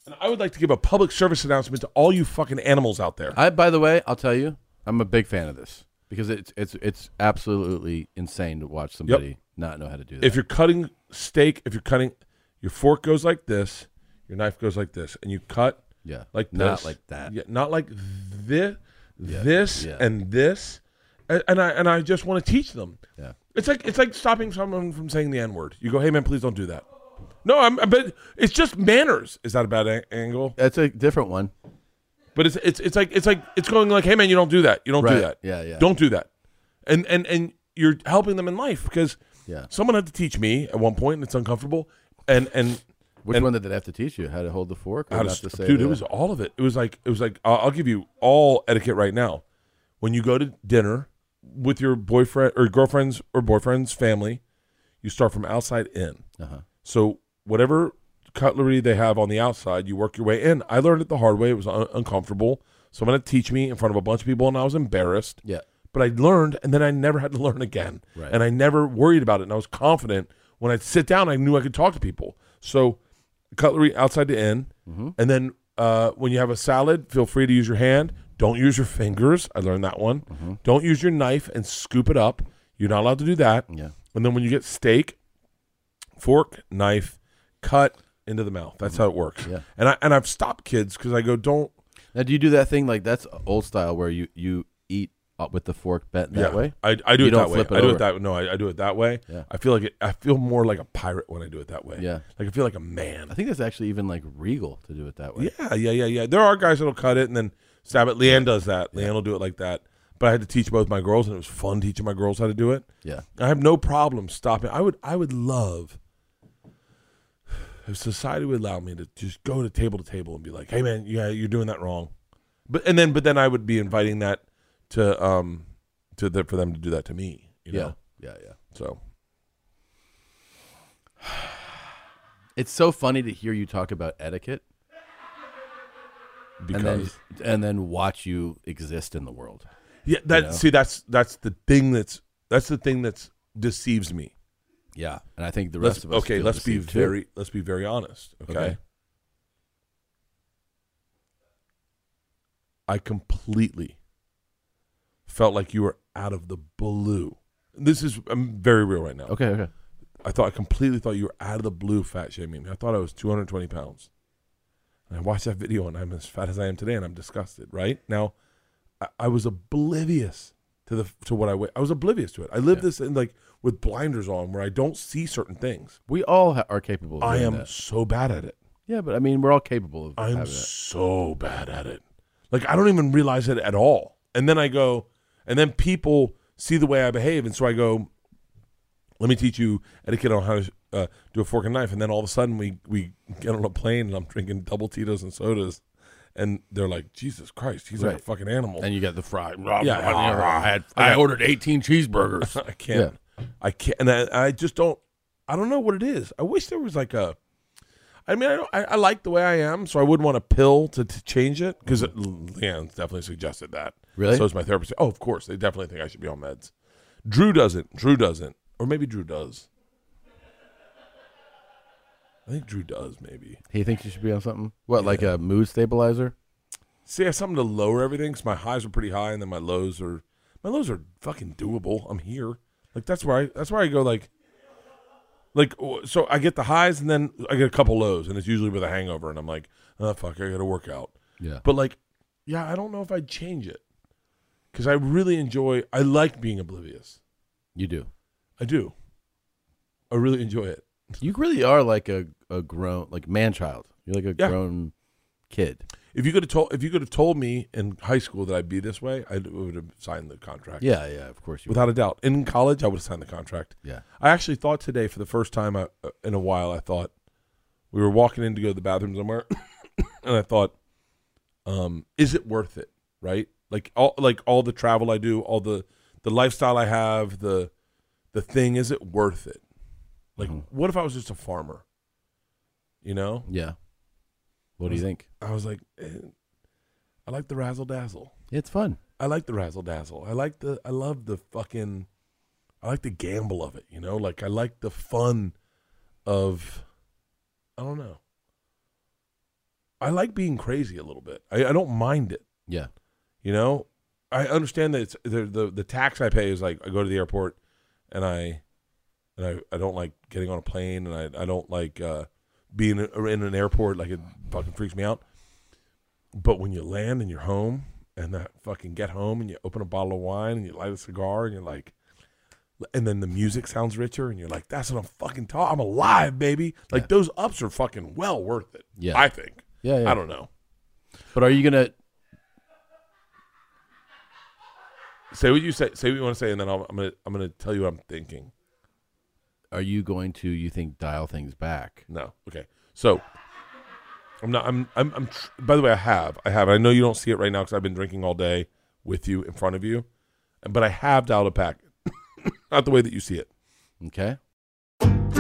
A: And I would like to give a public service announcement to all you fucking animals out there.
B: I by the way, I'll tell you, I'm a big fan of this because it's it's it's absolutely insane to watch somebody not know how to do that.
A: If you're cutting steak, if you're cutting, your fork goes like this, your knife goes like this, and you cut
B: yeah,
A: like this.
B: not like that.
A: Yeah, not like this, this,
B: yeah.
A: and this. And, and I and I just want to teach them.
B: Yeah.
A: It's like it's like stopping someone from saying the n word. You go, hey man, please don't do that. No, I'm. But it's just manners. Is that a bad a- angle?
B: That's a different one.
A: But it's it's it's like it's like it's going like, hey man, you don't do that. You don't do
B: Right.
A: that.
B: Yeah, yeah.
A: Don't do that. And and and you're helping them in life because
B: Yeah.
A: someone had to teach me at one point, and it's uncomfortable. And and
B: Which
A: And-
B: one did they have to teach you? How to hold the fork? Or
A: how to,
B: not
A: st-
B: say
A: dude,
B: the-
A: it was all of it. It was like it was like I'll I'll give you all etiquette right now. When you go to dinner with your boyfriend or girlfriend's or boyfriend's family, you start from outside in.
B: Uh-huh.
A: So whatever cutlery they have on the outside, you work your way in. I learned it the hard way. It was un- uncomfortable. Someone had to teach me in front of a bunch of people, and I was embarrassed
B: yeah.
A: but I learned, and then I never had to learn again.
B: Right.
A: And I never worried about it, and I was confident when I'd sit down. I knew I could talk to people. So, cutlery outside to in,
B: Mm-hmm.
A: and then uh, when you have a salad, feel free to use your hand. Don't use your fingers. I learned that one.
B: Mm-hmm.
A: Don't use your knife and scoop it up. You're not allowed to do that.
B: Yeah.
A: And then when you get steak, fork, knife, cut into the mouth. That's how it works.
B: Mm-hmm. Yeah.
A: And I and I've stopped kids because I go, don't.
B: Now, do you do that thing like that's old style where you you eat up with the fork bent that
A: yeah,
B: way?
A: I, I do
B: You
A: it that
B: don't
A: way.
B: flip it
A: I do
B: over.
A: it that no, I, I do it that way.
B: Yeah.
A: I feel like it, I feel more like a pirate when I do it that way.
B: Yeah.
A: like I feel like a
B: I
A: man.
B: think that's actually even like regal to do it that way.
A: Yeah, yeah, yeah, yeah. There are guys that'll cut it and then stab it. Leanne does that. Leanne will do it like that. But I had to teach both my girls, and it was fun teaching my girls how to do it.
B: Yeah.
A: I have no problem stopping. I would, I would love if society would allow me to just go to table to table and be like, "Hey, man, yeah, you're doing that wrong," but and then, but then I would be inviting that to um to the, for them to do that to me. You
B: yeah.
A: know?
B: Yeah. Yeah.
A: So
B: It's so funny to hear you talk about etiquette
A: because
B: and then and then watch you exist in the world.
A: yeah, that
B: know?
A: see that's that's the thing that's that's the thing that's deceives me.
B: Yeah. And I think the rest
A: Let's,
B: of us
A: okay,
B: feel
A: let's be
B: deceived, too.
A: very let's be very honest. Okay?
B: Okay.
A: I completely felt like you were out of the blue. This is I'm very real right now.
B: Okay. Okay.
A: I thought I completely thought you were out of the blue fat shaming me. I thought I was 220 pounds. And I watched that video and I'm as fat as I am today and I'm disgusted, right? Now I, I was oblivious to the to what I weigh. I was oblivious to it. I live
B: Yeah.
A: this in like with blinders on where I don't see certain things.
B: We all ha- are capable. of
A: I
B: doing
A: am
B: that.
A: so bad at it.
B: Yeah, but I mean, we're all capable of
A: I'm
B: having that.
A: so bad at it. Like I don't even realize it at all. And then I go, and then people see the way I behave, and so I go, "Let me teach you etiquette on how to uh, do a fork and knife." And then all of a sudden, we we get on a plane, and I'm drinking double Tito's and sodas, and they're like, "Jesus Christ, he's like
B: Right.
A: a fucking animal."
B: And you got the fry.
A: Yeah.
B: I, had, I ordered 18 cheeseburgers.
A: I can't. I can't. And I, I just don't. I don't know what it is. I wish there was like a. I mean, I, don't, I, I like the way I am, so I wouldn't want a pill to, to change it because Leanne definitely suggested that.
B: Really?
A: So is my therapist. Oh, of course. They definitely think I should be on meds. Drew doesn't. Drew doesn't. Or maybe Drew does. I think Drew does, maybe.
B: He thinks you should be on something. What, like a mood stabilizer?
A: See, I have something to lower everything because my highs are pretty high, and then my lows are my lows are fucking doable. I'm here, like that's where I that's where I go like, like w- so I get the highs and then I get a couple lows, and it's usually with a hangover, and I'm like, oh fuck, I got to work out.
B: Yeah.
A: But like, yeah, I don't know if I'd change it because I really enjoy. I like being oblivious.
B: You do.
A: I do. I really enjoy it.
B: You really are like a, a grown, like man child. You're like a
A: Yeah.
B: grown kid.
A: If you could have told if you could have told me in high school that I'd be this way, I would have signed the contract.
B: Yeah, yeah, of course you
A: without a doubt. In college, I would have signed the contract.
B: Yeah.
A: I actually thought today, for the first time I, uh, in a while, I thought we were walking in to go to the bathroom somewhere, and I thought, um, is it worth it? Right? Like all like all the travel I do, all the the lifestyle I have, the the thing, is it worth it? Like, what if I was just a farmer? You know,
B: Yeah. What do you think?
A: I was like, eh, I like the razzle dazzle.
B: It's fun.
A: I like the razzle dazzle. I like the I love the fucking I like the gamble of it, you know? Like I like the fun of I don't know. I like being crazy a little bit. I, I don't mind it,
B: Yeah.
A: you know? I understand that it's the, the the tax I pay is like I go to the airport and I and I, I don't like getting on a plane and I, I don't like uh, being in in an airport like it fucking freaks me out. But when you land and you're home and that fucking get home and you open a bottle of wine and you light a cigar and you're like and then the music sounds richer and you're like that's what I'm fucking talking I'm alive baby like those ups are fucking well worth it
B: Yeah.
A: I think
B: Yeah, yeah.
A: I don't know
B: But are you gonna?
A: say what you say say what you want to say and then I'll, I'm gonna I'm gonna tell you what I'm thinking
B: Are you going to? You think dial things back?
A: No. Okay. So I'm not. I'm. I'm. I'm tr- by the way, I have. I have. I know you don't see it right now because I've been drinking all day with you in front of you, but I have dialed it back. not the way that you see it.
B: Okay.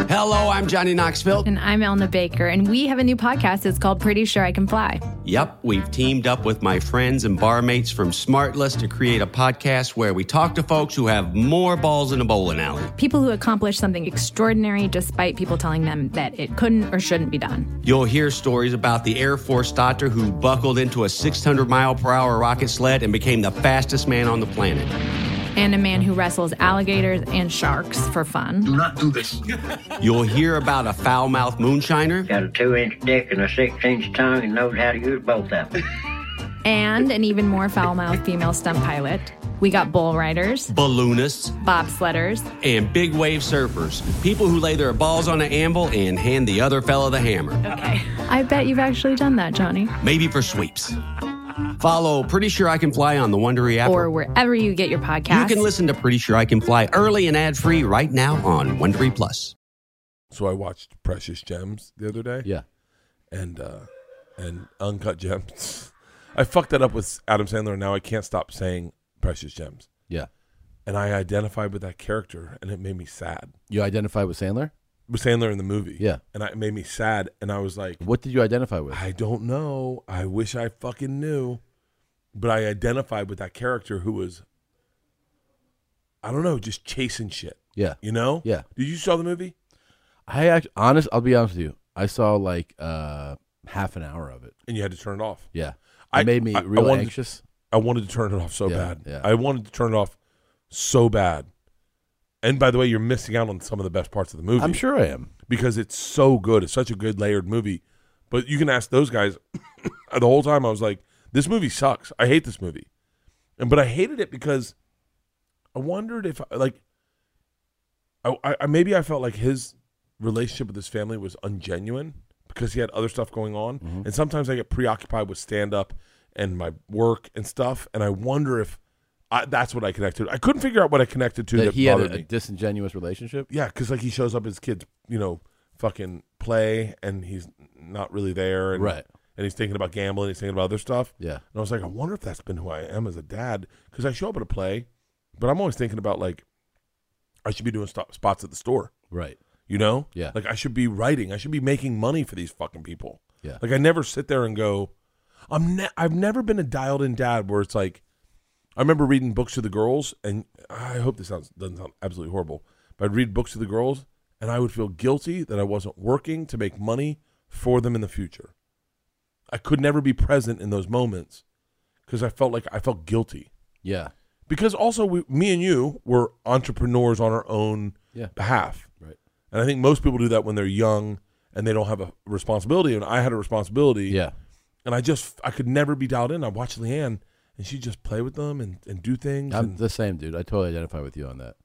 H: Hello, I'm Johnny Knoxville.
I: And I'm Elna Baker, and we have a new podcast. It's called Pretty Sure I Can Fly.
H: Yep, we've teamed up with my friends and barmates from Smartless to create a podcast where we talk to folks who have more balls in a bowling alley.
I: People who accomplish something extraordinary despite people telling them that it couldn't or shouldn't be done.
H: You'll hear stories about the Air Force doctor who buckled into a 600 mile per hour rocket sled and became the fastest man on the planet.
I: And a man who wrestles alligators and sharks for fun.
J: not do this.
H: You'll hear about a foul mouthed moonshiner
K: Got a two inch dick and a six inch tongue and knows how to use both of them.
I: And an even more foul mouthed female stunt pilot. We got bull riders,
H: balloonists,
I: bobsledders,
H: and big wave surfers. People who lay their balls on an anvil and hand the other fella the hammer.
I: I bet you've actually done that, Johnny.
H: Maybe for sweeps. Follow Pretty Sure I Can Fly on the Wondery app.
I: Or wherever you get your podcast.
H: You can listen to Pretty Sure I Can Fly early and ad free right now on Wondery Plus.
A: So I watched Precious Gems the other day.
B: Yeah.
A: And uh, and Uncut Gems. I fucked that up with Adam Sandler. and Now I can't stop saying Precious Gems,
B: Yeah.
A: and I identified with that character, and it made me sad.
B: You identify with Sandler.
A: With Sandler in the movie.
B: Yeah.
A: And I, it made me sad, and I was like.
B: What did you identify with?
A: I don't know. I wish I fucking knew. But I identified with that character who was, I don't know, just chasing shit.
B: Yeah.
A: You know?
B: Yeah.
A: Did you saw the movie?
B: I act honest. I'll be honest with you. I saw like uh half an hour of it.
A: And you had to turn it off.
B: Yeah. It
A: I-
B: made me
A: I- I
B: real
A: wanted-
B: anxious.
A: I wanted to turn it off so
B: Yeah,
A: bad.
B: yeah.
A: I wanted to turn it off so bad. And by the way, you're missing out on some of the best parts of the movie.
B: I'm sure I am.
A: because it's so good. It's such a good layered movie. But you can ask those guys. the whole time I was like, this movie sucks. I hate this movie. And but I hated it because I wondered if like I, I I- maybe I felt like his relationship with his family was ungenuine because he had other stuff going on.
B: Mm-hmm.
A: And sometimes I get preoccupied with stand up and my work and stuff and I wonder if I, that's what I connected. to. I couldn't figure out what I connected to that,
B: That he had
A: bothered
B: a, a
A: me
B: disingenuous relationship.
A: yeah, because like he shows up at his kids, you know, fucking play, and he's not really there, and,
B: Right.
A: And he's thinking about gambling, he's thinking about other stuff.
B: Yeah.
A: And I was like, I wonder if that's been who I am as a dad, because I show up at a play, but I'm always thinking about like, I should be doing stop spots at the store,
B: Right.
A: you know?
B: Yeah.
A: Like I should be writing, I should be making money for these fucking people.
B: Yeah.
A: Like I never sit there and go, I'm ne- I've never been a dialed in dad where it's like, I remember reading books to the girls, and I hope this sounds doesn't sound absolutely horrible, but I'd read books to the girls, and I would feel guilty that I wasn't working to make money for them in the future. I could never be present in those moments because I felt like I felt guilty
B: Yeah.
A: because also we, me and you were entrepreneurs on our own
B: Yeah.
A: behalf.
B: Right.
A: And I think most people do that when they're young and they don't have a responsibility. And I had a responsibility.
B: Yeah.
A: And I just I could never be dialed in. I watched Leanne and she just play with them and, and do things.
B: I'm
A: and-
B: the same, dude. I totally identify with you on that.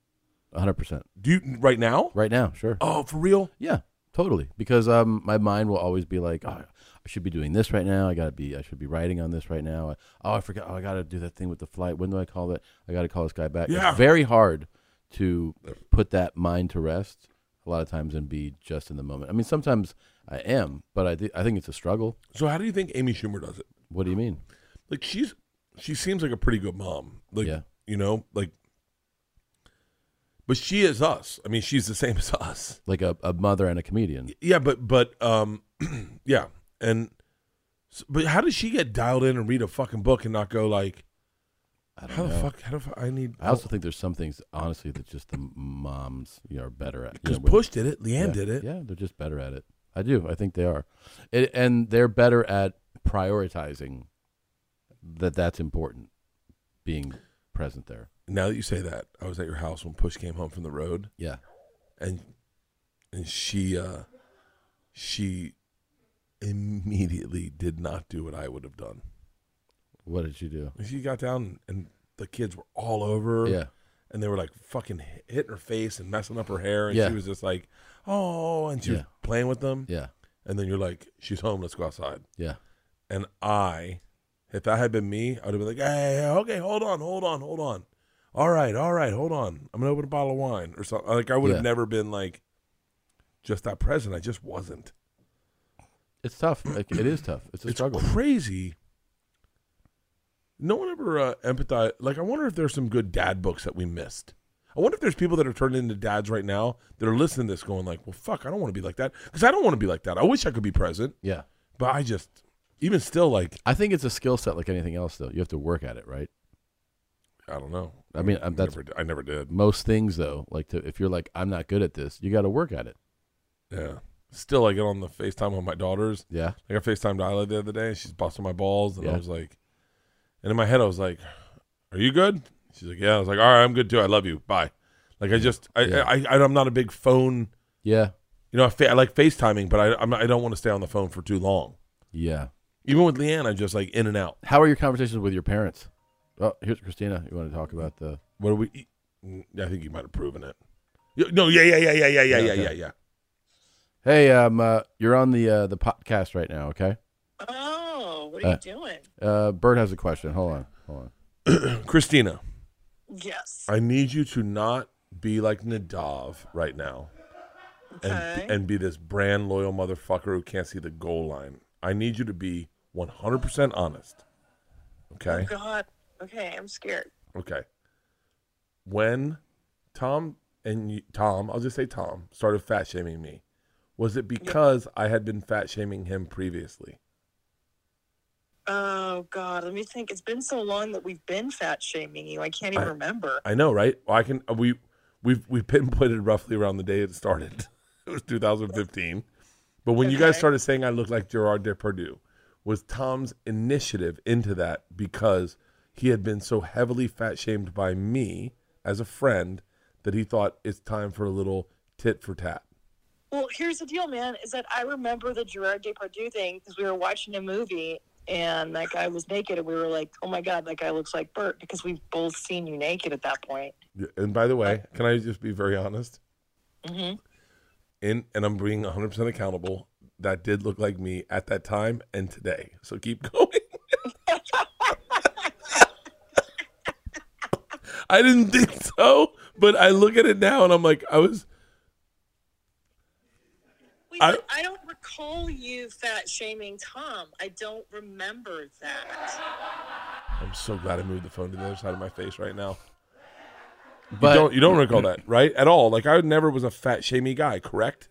B: 100%.
A: do you right now?
B: Right now, sure.
A: Oh, for real?
B: Yeah, totally. Because um, my mind will always be like, oh, I should be doing this right now. I gotta be. I should be writing on this right now. I, oh, I forgot. Oh, I gotta do that thing with the flight. When do I call it? I gotta call this guy back.
A: Yeah.
B: It's very hard to put that mind to rest a lot of times and be just in the moment. I mean, sometimes I am, but I thi- I think it's a struggle.
A: So how do you think Amy Schumer does it?
B: What do you mean?
A: Like she's she seems like a pretty good mom. Like
B: Yeah.
A: you know, like but she is us. I mean, she's the same as us.
B: Like a, a mother and a comedian.
A: Yeah, but but um, yeah, and s- but how does she get dialed in and read a fucking book and not go like,
B: I don't
A: how
B: know.
A: the fuck, how the fuck, I need? oh,
B: I also think there's some things, honestly, that just the moms you know, are better at. You
A: because
B: know, women-
A: Push did it, Leanne
B: yeah.
A: did it.
B: Yeah, they're just better at it. I do. I think they are, it, and they're better at prioritizing that that's important being present there.
A: Now that you say that, I was at your house when Push came home from the road,
B: Yeah.
A: and and she uh she immediately did not do what I would have done.
B: What did you do?
A: She got down and the kids were all over.
B: Yeah.
A: And they were like fucking hi- hitting her face and messing up her hair. And
B: Yeah.
A: she was just like, oh, and she was
B: Yeah.
A: playing with them.
B: Yeah.
A: And then you're like, she's home. Let's go outside.
B: Yeah.
A: And I, if that had been me, I would have been like, hey, okay, hold on, hold on, hold on. All right, all right, hold on. I'm going to open a bottle of wine or something. Like, I would
B: Yeah.
A: have never been like, just that present. I just wasn't.
B: It's tough. Like, it is tough. It's a
A: it's
B: struggle.
A: crazy. No one ever uh, empathized. Like, I wonder if there's some good dad books that we missed. I wonder if there's people that are turned into dads right now that are listening to this going like, well, fuck, I don't want to be like that. Because I don't want to be like that. I wish I could be present,
B: yeah.
A: but I just, even still, like,
B: I think it's a skill set like anything else, though. You have to work at it, right?
A: I don't know.
B: I mean, um, that's
A: never, I never did.
B: most things, though. Like, to, if you're like, I'm not good at this, you got to work at it.
A: Yeah. Still, I get on the FaceTime with my daughters.
B: Yeah.
A: Like, I FaceTimed Isla the other day and she's busting my balls. And
B: Yeah.
A: I was like, and in my head, I was like, are you good? She's like, yeah. I was like, all right, I'm good too. I love you. Bye. Like, I just, I,
B: Yeah.
A: I, I, I'm not a big phone,
B: Yeah.
A: you know, I, fa- I like FaceTiming, but I, I'm, not- I don't want to stay on the phone for too long.
B: Yeah.
A: Even with Leanne, I'm just like in and out.
B: How are your conversations with your parents? Oh, here's Christina. You want to talk about the?
A: What do we? I think you might have proven it. Y- No, yeah, yeah, yeah, yeah, yeah, yeah, yeah, yeah, yeah.
B: Hey, um, uh, you're on the uh, the podcast right now, okay?
J: Oh, what are
B: Uh,
J: you doing?
B: Uh, Bert has a question. Hold on, hold on.
A: Christina,
J: Yes.
A: I need you to not be like Nadav right now.
J: Okay.
A: and and be this brand loyal motherfucker who can't see the goal line. I need you to be 100% honest. Okay?
J: Oh, God. Okay, I'm scared.
A: Okay. When Tom and you, Tom, I'll just say Tom, started fat shaming me, was it because I had been fat shaming him previously?
J: Oh God, let me think. It's been so long that we've been fat shaming you. I can't even
A: I-
J: remember.
A: I know, right? I can uh, we we've we pinpointed roughly around the day it started. It was 2015. But when you guys
J: Okay.
A: started saying I look like Gerard Depardieu, was Tom's initiative into that because he had been so heavily fat shamed by me as a friend that he thought it's time for a little tit for tat.
J: Well, here's the deal, man. Is that I remember the Gerard Depardieu thing because we were watching a movie and that guy was naked, and we were like, "Oh my God, that guy looks like Bert," because we've both seen you naked at that point.
A: And by the way, can I just be very honest? In and I'm being 100% accountable. That did look like me at that time and today. So keep going. I didn't think so, but I look at it now and I'm like, I was.
J: Wait,
A: I-
J: I, I don't recall you fat shaming Tom. I don't remember that.
A: I'm so glad I moved the phone to the other side of my face right now.
B: But
A: you don't you don't recall that right at all? Like I never was a fat shamey guy, correct?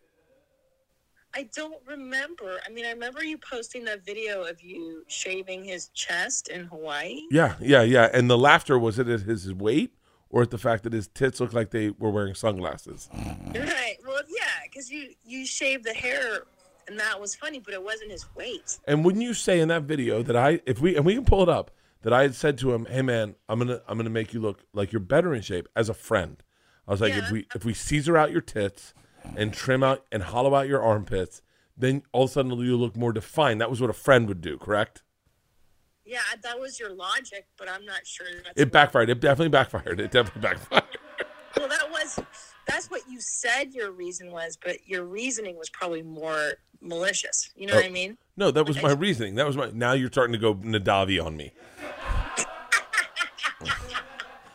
J: I don't remember. I mean, I remember you posting that video of you shaving his chest in Hawaii.
A: Yeah, yeah, yeah. And the laughter was it at his weight or at the fact that his tits looked like they were wearing sunglasses?
J: Right. Well, yeah, because you you shaved the hair, and that was funny, but it wasn't his weight.
A: And wouldn't you say in that video that I, if we, and we can pull it up, that I had said to him, "Hey man, I'm gonna, I'm gonna make you look like you're better in shape as a friend." I was like, if
J: Yeah.
A: we, if we Caesar out your tits and trim out and hollow out your armpits, then all of a sudden you look more defined. That was what a friend would do, correct?
J: Yeah, that was your logic, but I'm not sure. That's
A: It backfired. It definitely backfired. It definitely backfired.
J: well, that was that's what you said your reason was, but your reasoning was probably more malicious. You know
A: Oh.
J: what I mean?
A: No, that was my reasoning. That was my. Now you're starting to go Nadavi on me.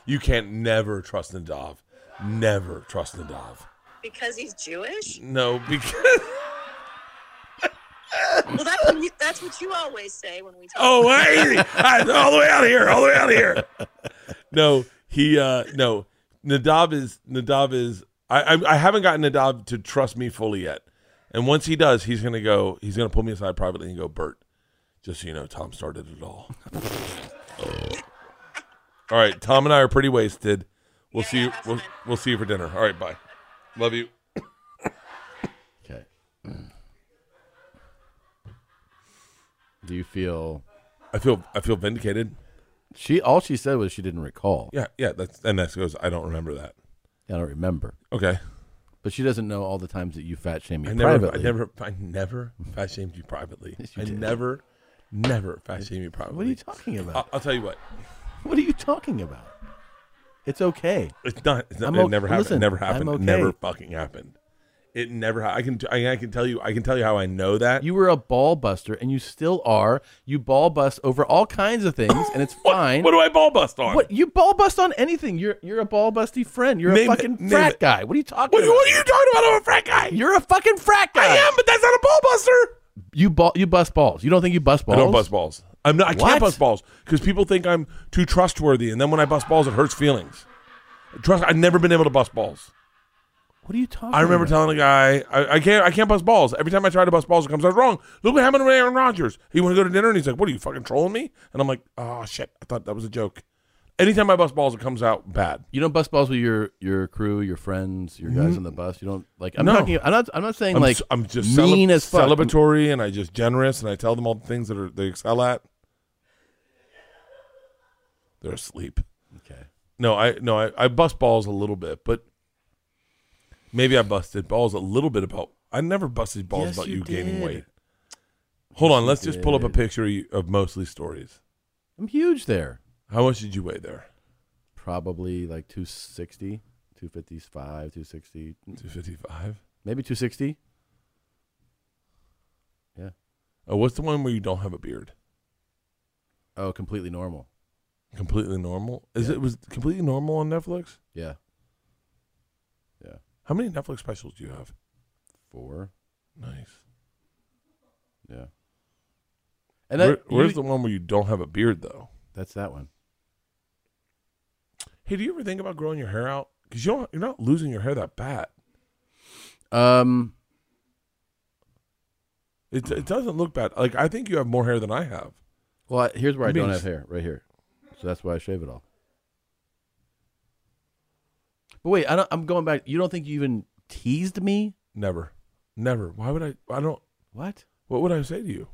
A: you can't never trust Nadav. Never trust Nadav.
J: Because he's Jewish.
A: No, because.
J: Well, that's what you, that's what you always say when we talk.
A: Oh, hey, I- all the way out of here, all the way out of here. No, he, uh, no, Nadav is, Nadav is, I, I, I haven't gotten Nadav to trust me fully yet. And once he does, he's going to go, he's going to pull me aside privately and go, Bert, just so you know, Tom started it all. all right. Tom and I are pretty wasted. We'll see you.
J: have
A: We'll,
J: fun.
A: we'll see you for dinner. All right. Bye. Love you.
B: okay. Do you feel?
A: I feel, I feel vindicated.
B: She all she said was she didn't recall.
A: Yeah, yeah. That's and that goes. I don't remember that.
B: I don't remember.
A: Okay,
B: But she doesn't know all the times that you fat shame me
A: I never,
B: privately.
A: I never, I never fat shamed you privately.
B: Yes, you
A: I
B: did.
A: never, never fat shamed you privately.
B: What are you talking about?
A: I'll, I'll tell you what.
B: what are you talking about? It's okay.
A: It's not. It's not
B: I'm
A: it
B: okay.
A: never happened.
B: Listen,
A: it never happened.
B: I'm
A: It never
B: okay.
A: fucking happened. It never. Ha- I can. I, I can tell you. I can tell you how I know that.
B: You were a ball buster, and you still are. You ball bust over all kinds of things, and it's
A: What-
B: fine.
A: What, do I ball bust on?
B: What you ball bust on anything? You're you're a ball busty friend. You're
A: Name
B: a fucking
A: it- name
B: frat
A: it.
B: guy. What are you talking
A: What,
B: about?
A: what are you talking about? I'm a frat guy.
B: You're a fucking frat
A: I
B: guy.
A: am, but that's not a ball buster.
B: You ball you bust balls. You don't think you bust balls?
A: I don't bust balls. I'm not. I
B: What?
A: can't bust balls because people think I'm too trustworthy, and then when I bust balls, it hurts feelings. Trust. I've never been able to bust balls.
B: What are you talking?
A: I remember
B: about?
A: telling a guy, I, I can't, I can't bust balls. Every time I try to bust balls, it comes out wrong. Look what happened to Aaron Rodgers. He went to go to dinner, and he's like, "What are you fucking trolling me?" And I'm like, "Oh shit, I thought that was a joke." Anytime I bust balls, it comes out bad.
B: you don't bust balls with your your crew, your friends, your guys on the bus. You don't like. I'm
A: Mm-hmm. No.
B: talking. I'm not. I'm not saying
A: I'm
B: like.
A: s- I'm just cele-
B: mean as fuck.
A: celebratory, and I just generous, and I tell them all the things that are they excel at. They're asleep.
B: Okay.
A: No, I no, I, I bust balls a little bit, but maybe I busted balls a little bit about. I never busted balls
B: Yes,
A: about
B: you
A: you, gaining
B: did.
A: weight. Hold on,
B: you
A: let's just pull up a
B: did.
A: picture of you- of mostly stories.
B: I'm huge there.
A: How much did you weigh there?
B: Probably like 260, 255, 260,
A: Two fifty five.
B: maybe 260.
A: Oh, what's the one where you don't have a beard?
B: Oh, completely normal.
A: Completely normal. Is
B: Yeah.
A: it was completely normal on Netflix?
B: Yeah.
A: How many Netflix specials do you have?
B: Four.
A: Nice.
B: Yeah. And
A: Where-
B: that,
A: where's the
B: you-
A: one where you don't have a beard though?
B: that's that one.
A: Hey, do you ever think about growing your hair out? Because you don't, you're not losing your hair that bad.
B: Um,
A: It, it doesn't look bad. Like I think you have more hair than I have.
B: well, I- here's where I
A: You mean
B: don't have
A: just-
B: hair, right here. So that's why I shave it all. But wait, I don't, I'm going back. You don't think you even teased me?
A: Never, never. Why would I? I don't.
B: What?
A: What would I say to you?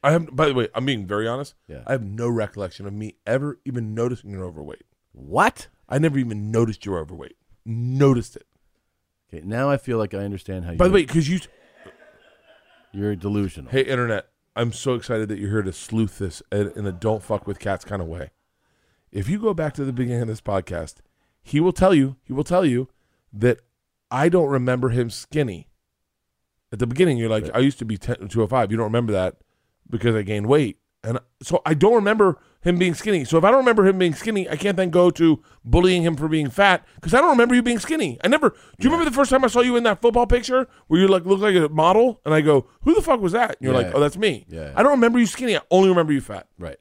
A: I have. By the way, I'm being very honest.
B: Yeah.
A: I have no recollection of me ever even noticing you're overweight.
B: What?
A: I never even noticed you're overweight. Noticed it.
B: Okay, now I feel like I understand how.
A: By the
B: you're-
A: way, because you.
B: you're delusional.
A: Hey, internet. I'm so excited that you're here to sleuth this in, in a don't fuck with cats kind of way. If you go back to the beginning of this podcast, he will tell you. He will tell you that I don't remember him skinny. At the beginning, you're like, I used to be 10, 205. You don't remember that because I gained weight. And so I don't remember him being skinny. So if I don't remember him being skinny, I can't then go to bullying him for being fat because I don't remember you being skinny. I never. Do you remember the first time I saw you in that football picture where you like look like a model? And I go, Who the fuck was that? And you're
B: Yeah.
A: like, Oh, that's me.
B: Yeah.
A: I don't remember you skinny. I only remember you fat.
B: Right.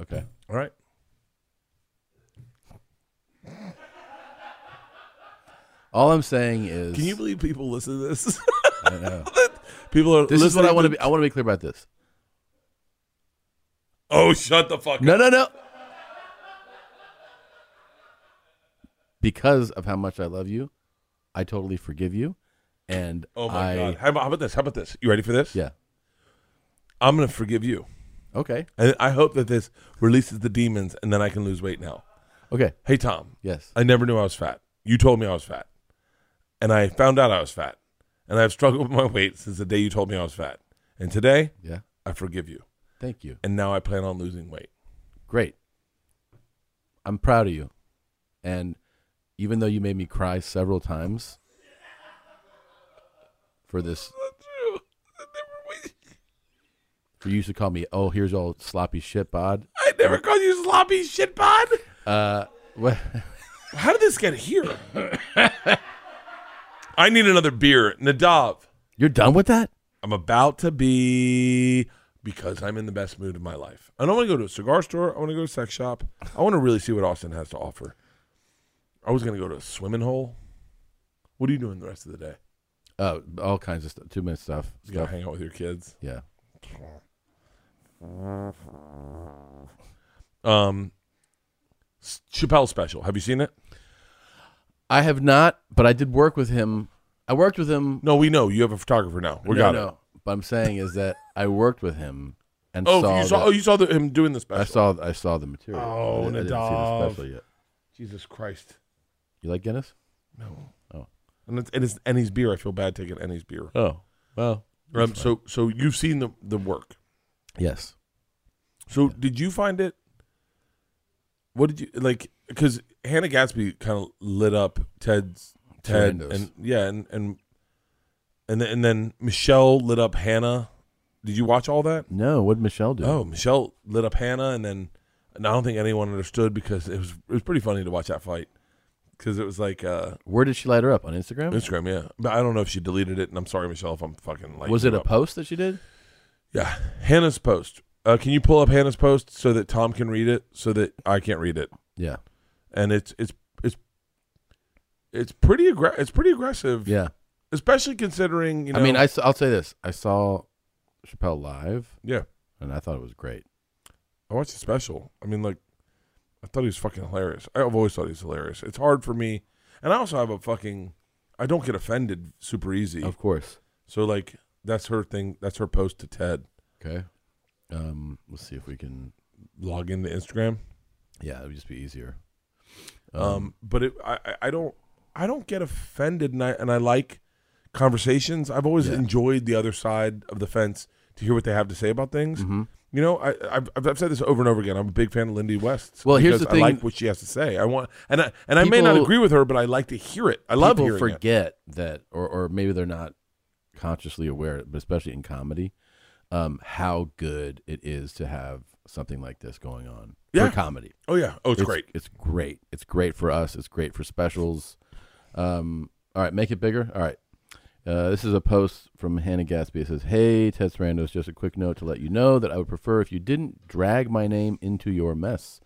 B: Okay.
A: All right.
B: All I'm saying is,
A: Can you believe people listen to this?
B: I know.
A: people are.
B: This is what I want to
A: be.
B: be. I want to be clear about this.
A: Oh, shut the fuck
B: No, no, no. Because of how much I love you, I totally forgive you, and
A: Oh my
B: I-
A: god! How about, how about this? How about this? You ready for this?
B: Yeah.
A: I'm gonna forgive you,
B: Okay.
A: and I hope that this releases the demons, and then I can lose weight now.
B: Okay.
A: Hey Tom,
B: Yes.
A: I never knew I was fat. You told me I was fat, and I found out I was fat, and I've struggled with my weight since the day you told me I was fat. And today,
B: Yeah.
A: I forgive you,
B: Thank you.
A: and now I plan on losing weight.
B: Great. I'm proud of you, and even though you made me cry several times for this You used to call me, oh, here's old sloppy shit bod.
A: I never called you sloppy shit pod.
B: Uh, what?
A: How did this get here? I need another beer, Nadav.
B: You're done with that?
A: I'm about to be because I'm in the best mood of my life. I don't want to go to a cigar store. I want to go to a sex shop. I want to really see what Austin has to offer. I was going to go to a swimming hole. What are you doing the rest of the day?
B: Oh, all kinds of stuff. Two minute stuff.
A: Just going to hang out with your kids.
B: Yeah.
A: Um, S- Chappelle special. Have you seen it?
B: I have not, but I did work with him. I worked with him.
A: No, we know you have a photographer now. We
B: no,
A: got
B: no. But I'm saying is that I worked with him and
A: Oh,
B: saw.
A: you saw,
B: the-
A: oh, you saw the, him doing the special.
B: I saw. I saw the material.
A: Oh,
B: I, didn't- I didn't see the
A: Nadav.
B: special yet.
A: Jesus Christ.
B: You like Guinness?
A: No.
B: Oh.
A: And it's, and it's Ennie's beer. I feel bad taking Ennie's beer.
B: Oh, well,
A: Um, so so you've seen the the work.
B: yes.
A: So did you find it? What did you like? Because Hannah Gatsby kind of lit up Ted's Ted
B: Windows.
A: and yeah and and and then, and then Michelle lit up Hannah. Did you watch all that?
B: No, what did Michelle do?
A: Oh, Michelle lit up Hannah, and then and I don't think anyone understood because it was it was pretty funny to watch that fight because it was like uh,
B: Where did she light her up on Instagram?
A: Instagram, yeah. But I don't know if she deleted it, and I'm sorry, Michelle, if I'm fucking like
B: was it a post that she did?
A: Yeah, Hannah's post. Uh, can you pull up Hannah's post so that Tom can read it, so that I can't read it?
B: Yeah,
A: And it's it's it's it's pretty aggra- It's pretty aggressive,
B: yeah.
A: Especially considering you know.
B: I mean, I, will say this: I saw Chappelle live,
A: yeah,
B: and I thought it was great.
A: I watched the special. I mean, like, I thought he was fucking hilarious. I've always thought he's hilarious. It's hard for me, and I also have a fucking. I don't get offended super easy.
B: Of course.
A: So like, that's her thing. That's her post to Ted.
B: Okay. Um, let's see if we can.
A: Log into Instagram.
B: Yeah, it would just be easier.
A: Um, but it, I, I- I don't, I don't get offended, and I and I like conversations. I've always
B: Yeah.
A: enjoyed the other side of the fence to hear what they have to say about things.
B: Mm-hmm.
A: You know, I, I've, I've I've said this over and over again. I'm a big fan of Lindy West.
B: Well, here's the
A: because I like
B: thing-
A: what she has to say. I want, and I and I may not
B: People-
A: agree with her, but I like to hear it. I love
B: People
A: hearing it.
B: forget that, or or maybe they're not consciously aware, but especially in comedy, um, how good it is to have something like this going on
A: Yeah.
B: for comedy.
A: Oh yeah, oh it's, great.
B: It's great. It's great for us. It's great for specials. Um, all right, make it bigger. All right. Uh, this is a post from Hannah Gatsby. It says, Hey, Ted Sarandos, just a quick note to let you know that I would prefer if you didn't drag my name into your mess.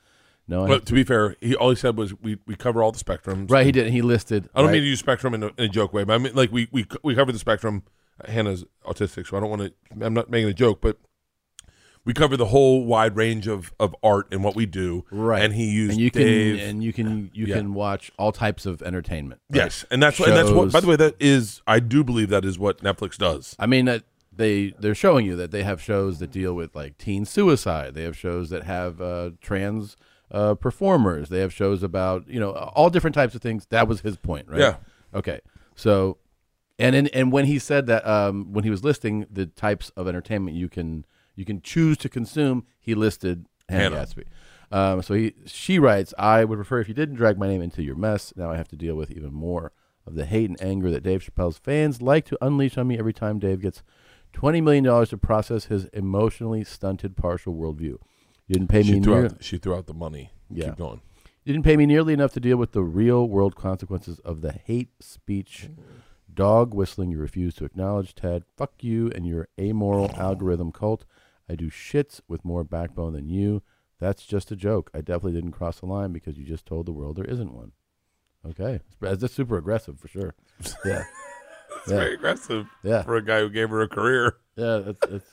B: No, I have
A: But to be fair, he all he said was we, we cover all the spectrums.
B: right. He didn't. He listed.
A: I don't
B: right,
A: mean to use spectrum in a, in a joke way, but I mean like we we we cover the spectrum. Hannah's autistic, so I don't want to. I'm not making a joke, but we cover the whole wide range of of art and what we do.
B: right.
A: and he used
B: and you
A: Dave.
B: can and you can you
A: Yeah.
B: can watch all types of entertainment. right?
A: yes, and that's what, and that's what.
B: Shows.
A: By the way, that is I do believe that is what Netflix does.
B: I mean that they they're showing you that they have shows that deal with like teen suicide. They have shows that have uh, trans uh, performers. They have shows about you know all different types of things. That was his point, right?
A: Yeah.
B: Okay. So, and and, and when he said that um, when he was listing the types of entertainment you can you can choose to consume, he listed Hannah,
A: Hannah.
B: Gatsby. Um, so he she writes, I would prefer if you didn't drag my name into your mess. Now I have to deal with even more of the hate and anger that Dave Chappelle's fans like to unleash on me every time Dave gets twenty million dollars to process his emotionally stunted partial worldview. You didn't pay me
A: She threw
B: near,
A: out she threw out the money.
B: Yeah.
A: Keep going.
B: you didn't pay me nearly enough to deal with the real world consequences of the hate speech dog whistling you refuse to acknowledge, Ted. Fuck you and your amoral algorithm cult. I do shits with more backbone than you. That's just a joke. I definitely didn't cross the line because you just told the world there isn't one. Okay. That's that's super aggressive for sure. Yeah.
A: It's
B: Yeah.
A: very aggressive
B: Yeah.
A: for a guy who gave her a career.
B: Yeah. That's, that's,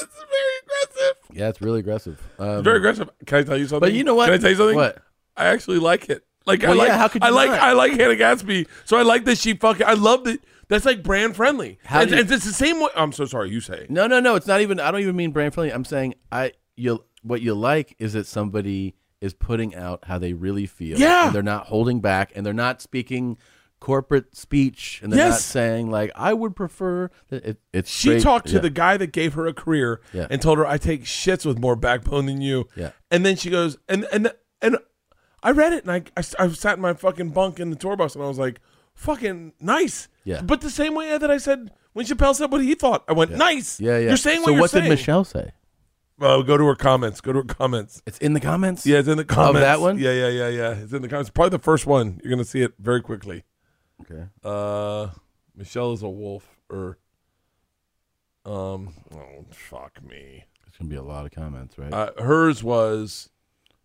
A: It's very aggressive.
B: yeah. It's really aggressive. Um,
A: Very aggressive. Can I tell you something?
B: But you know what?
A: Can I tell you something?
B: What?
A: I actually like it. Like I
B: Well,
A: like
B: yeah, how could you
A: I like
B: not?
A: I like Hannah Gatsby. So I like that she fucking I love that that's like brand friendly.
B: How
A: and,
B: do you-
A: and it's the same way I'm so sorry, you say.
B: No, no, no. It's not even. I don't even mean brand friendly. I'm saying I you what you like is that somebody is putting out how they really feel.
A: Yeah.
B: and they're not holding back, and they're not speaking corporate speech, and they're not
A: Yes.
B: saying like I would prefer. That it, it's
A: She
B: great.
A: talked to
B: Yeah.
A: the guy that gave her a career
B: Yeah.
A: and told her I take shits with more backbone than you.
B: Yeah.
A: And then she goes and and and I read it and I, I s- I sat in my fucking bunk in the tour bus and I was like fucking nice.
B: Yeah.
A: But the same way that I said when Chappelle said what he thought, I went nice.
B: yeah, yeah.
A: You're saying what
B: so
A: you're
B: what
A: saying.
B: did Michelle say?
A: Oh, go to her comments. Go to her comments.
B: It's in the comments.
A: Yeah, it's in the comments.
B: that one?
A: Yeah, yeah, yeah, yeah. It's in the comments. Probably the first one. You're gonna see it very quickly.
B: Okay.
A: Uh, Michelle is a wolf, or um, oh fuck me.
B: It's gonna be a lot of comments, right?
A: Uh, hers was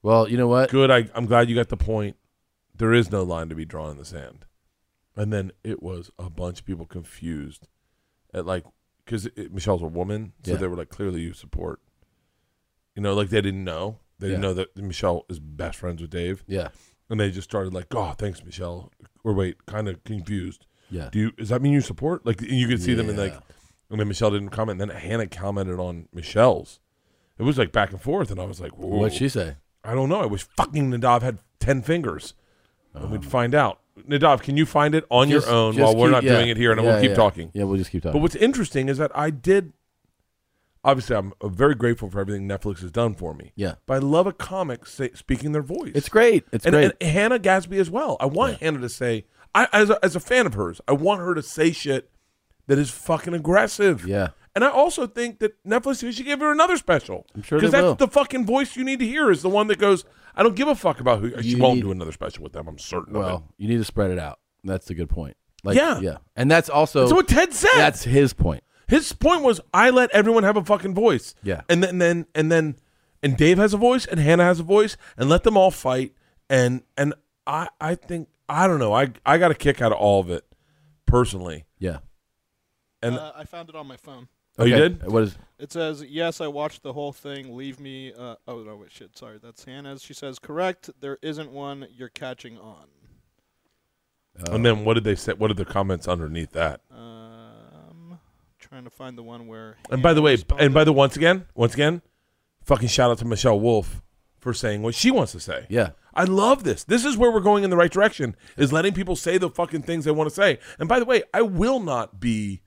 B: well, you know what?
A: good. I, I'm glad you got the point. There is no line to be drawn in the sand. And then it was a bunch of people confused at like because Michelle's a woman, so
B: Yeah.
A: they were like, clearly you support. You know, like they didn't know. They didn't
B: Yeah.
A: know that Michelle is best friends with Dave.
B: Yeah,
A: and they just started like, "Oh, thanks, Michelle," or wait, kind of confused.
B: yeah.
A: Do you? Does that mean you support? Like you could see them and like,
B: Yeah.
A: and then Michelle didn't comment. And then Hannah commented on Michelle's, It was like back and forth, and I was like, Whoa.
B: What'd she say?
A: I don't know. I wish fucking Nadav had ten fingers, and we'd find out. Nadav, can you find it on
B: Um, Just-
A: your own
B: just
A: while we're
B: keep-
A: not
B: yeah.
A: doing it here, and we'll
B: Yeah,
A: keep
B: yeah.
A: talking.
B: Yeah, we'll just keep talking.
A: But what's interesting is that I did. Obviously, I'm uh, very grateful for everything Netflix has done for me.
B: Yeah.
A: but I love a comic say, speaking their voice.
B: it's great. It's
A: and,
B: great.
A: and Hannah Gadsby as well. I want Hannah to say, I as a, as a fan of hers, I want her to say shit that is fucking aggressive.
B: Yeah.
A: And I also think that Netflix should give her another special. I'm
B: sure
A: because
B: they
A: that's
B: will.
A: the fucking voice you need to hear is the one that goes, I don't give a fuck about who. she
B: You
A: won't
B: need-
A: do another special with them. I'm certain of
B: well, you need to spread it out. That's a good point. Like,
A: Yeah.
B: yeah, and that's also
A: it. That's what Ted said.
B: that's his point.
A: His point was, I let everyone have a fucking voice.
B: Yeah.
A: And then, and then, and then, and Dave has a voice, and Hannah has a voice, and let them all fight. And and I I think I don't know. I I got a kick out of all of it, personally.
B: Yeah.
A: And-
D: uh, I found it on my phone.
A: Oh, you
B: Okay.
A: did?
B: What is?
D: It says, "Yes, I watched the whole thing. Leave me." Uh, oh no, wait, shit. Sorry, that's Hannah's. She says, "Correct. There isn't one. You're catching on."
A: And then what did they say? What are the comments underneath that?
D: Um, trying to find the one where.
A: And by the way, and by
D: the
A: the once again, once again, fucking shout out to Michelle Wolf for saying what she wants to say.
B: Yeah.
A: I love this. This is where we're going in the right direction. Is letting people say the fucking things they want to say. And by the way, I will not be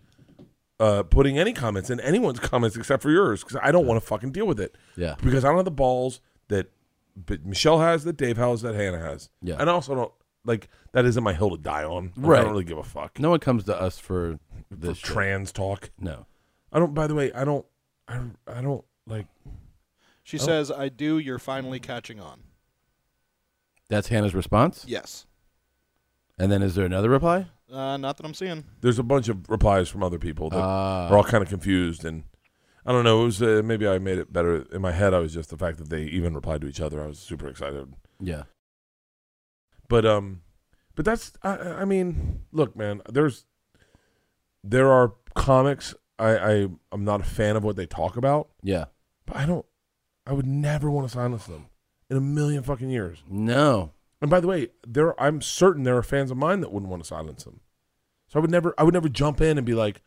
A: uh, putting any comments in anyone's comments except for yours because I don't want to fucking deal with it.
B: Yeah.
A: Because I don't have the balls that, but Michelle has, that Dave has, that Hannah has.
B: Yeah.
A: And I also don't like that. Isn't my hill to die on? Like, I
B: Right.
A: don't really give a fuck.
B: No one comes to us for
A: For
B: this. shit.
A: trans talk.
B: no.
A: I don't. By the way, I don't. I don't. I don't like.
D: she
A: Oh.
D: says, "I do. You're finally catching on."
B: That's Hannah's response.
D: Yes.
B: And then is there another reply?
D: Uh, not that I'm seeing.
A: There's a bunch of replies from other people that
B: Ah.
A: are all kind of confused, and I don't know. It was uh, maybe I made it better in my head. I was just the fact that they even replied to each other. I was super excited.
B: Yeah.
A: But um, but that's. I, I I mean, look, man. There's there are comics. I, I I'm not a fan of what they talk about,
B: Yeah.
A: but I don't. I would never want to silence them in a million fucking years.
B: No.
A: And by the way, there I'm certain there are fans of mine that wouldn't want to silence them. So I would never I would never jump in and be like,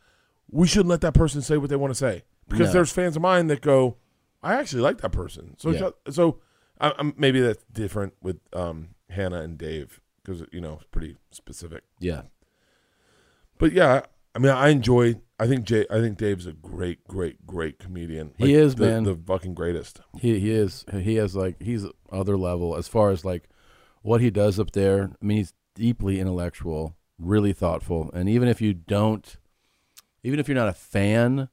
A: we shouldn't let that person say what they want to say because
B: No.
A: there's fans of mine that go, I actually like that person. So
B: Yeah.
A: so I, I'm, maybe that's different with um, Hannah and Dave because you know it's pretty specific.
B: Yeah.
A: But yeah, I mean I enjoy. I think Jay. I think Dave's a great, great, great comedian.
B: He is,
A: the,
B: man.
A: the fucking greatest.
B: He he is he has like he's other level as far as like what he does up there. I mean, he's deeply intellectual, really thoughtful, and even if you don't, even if you're not a fan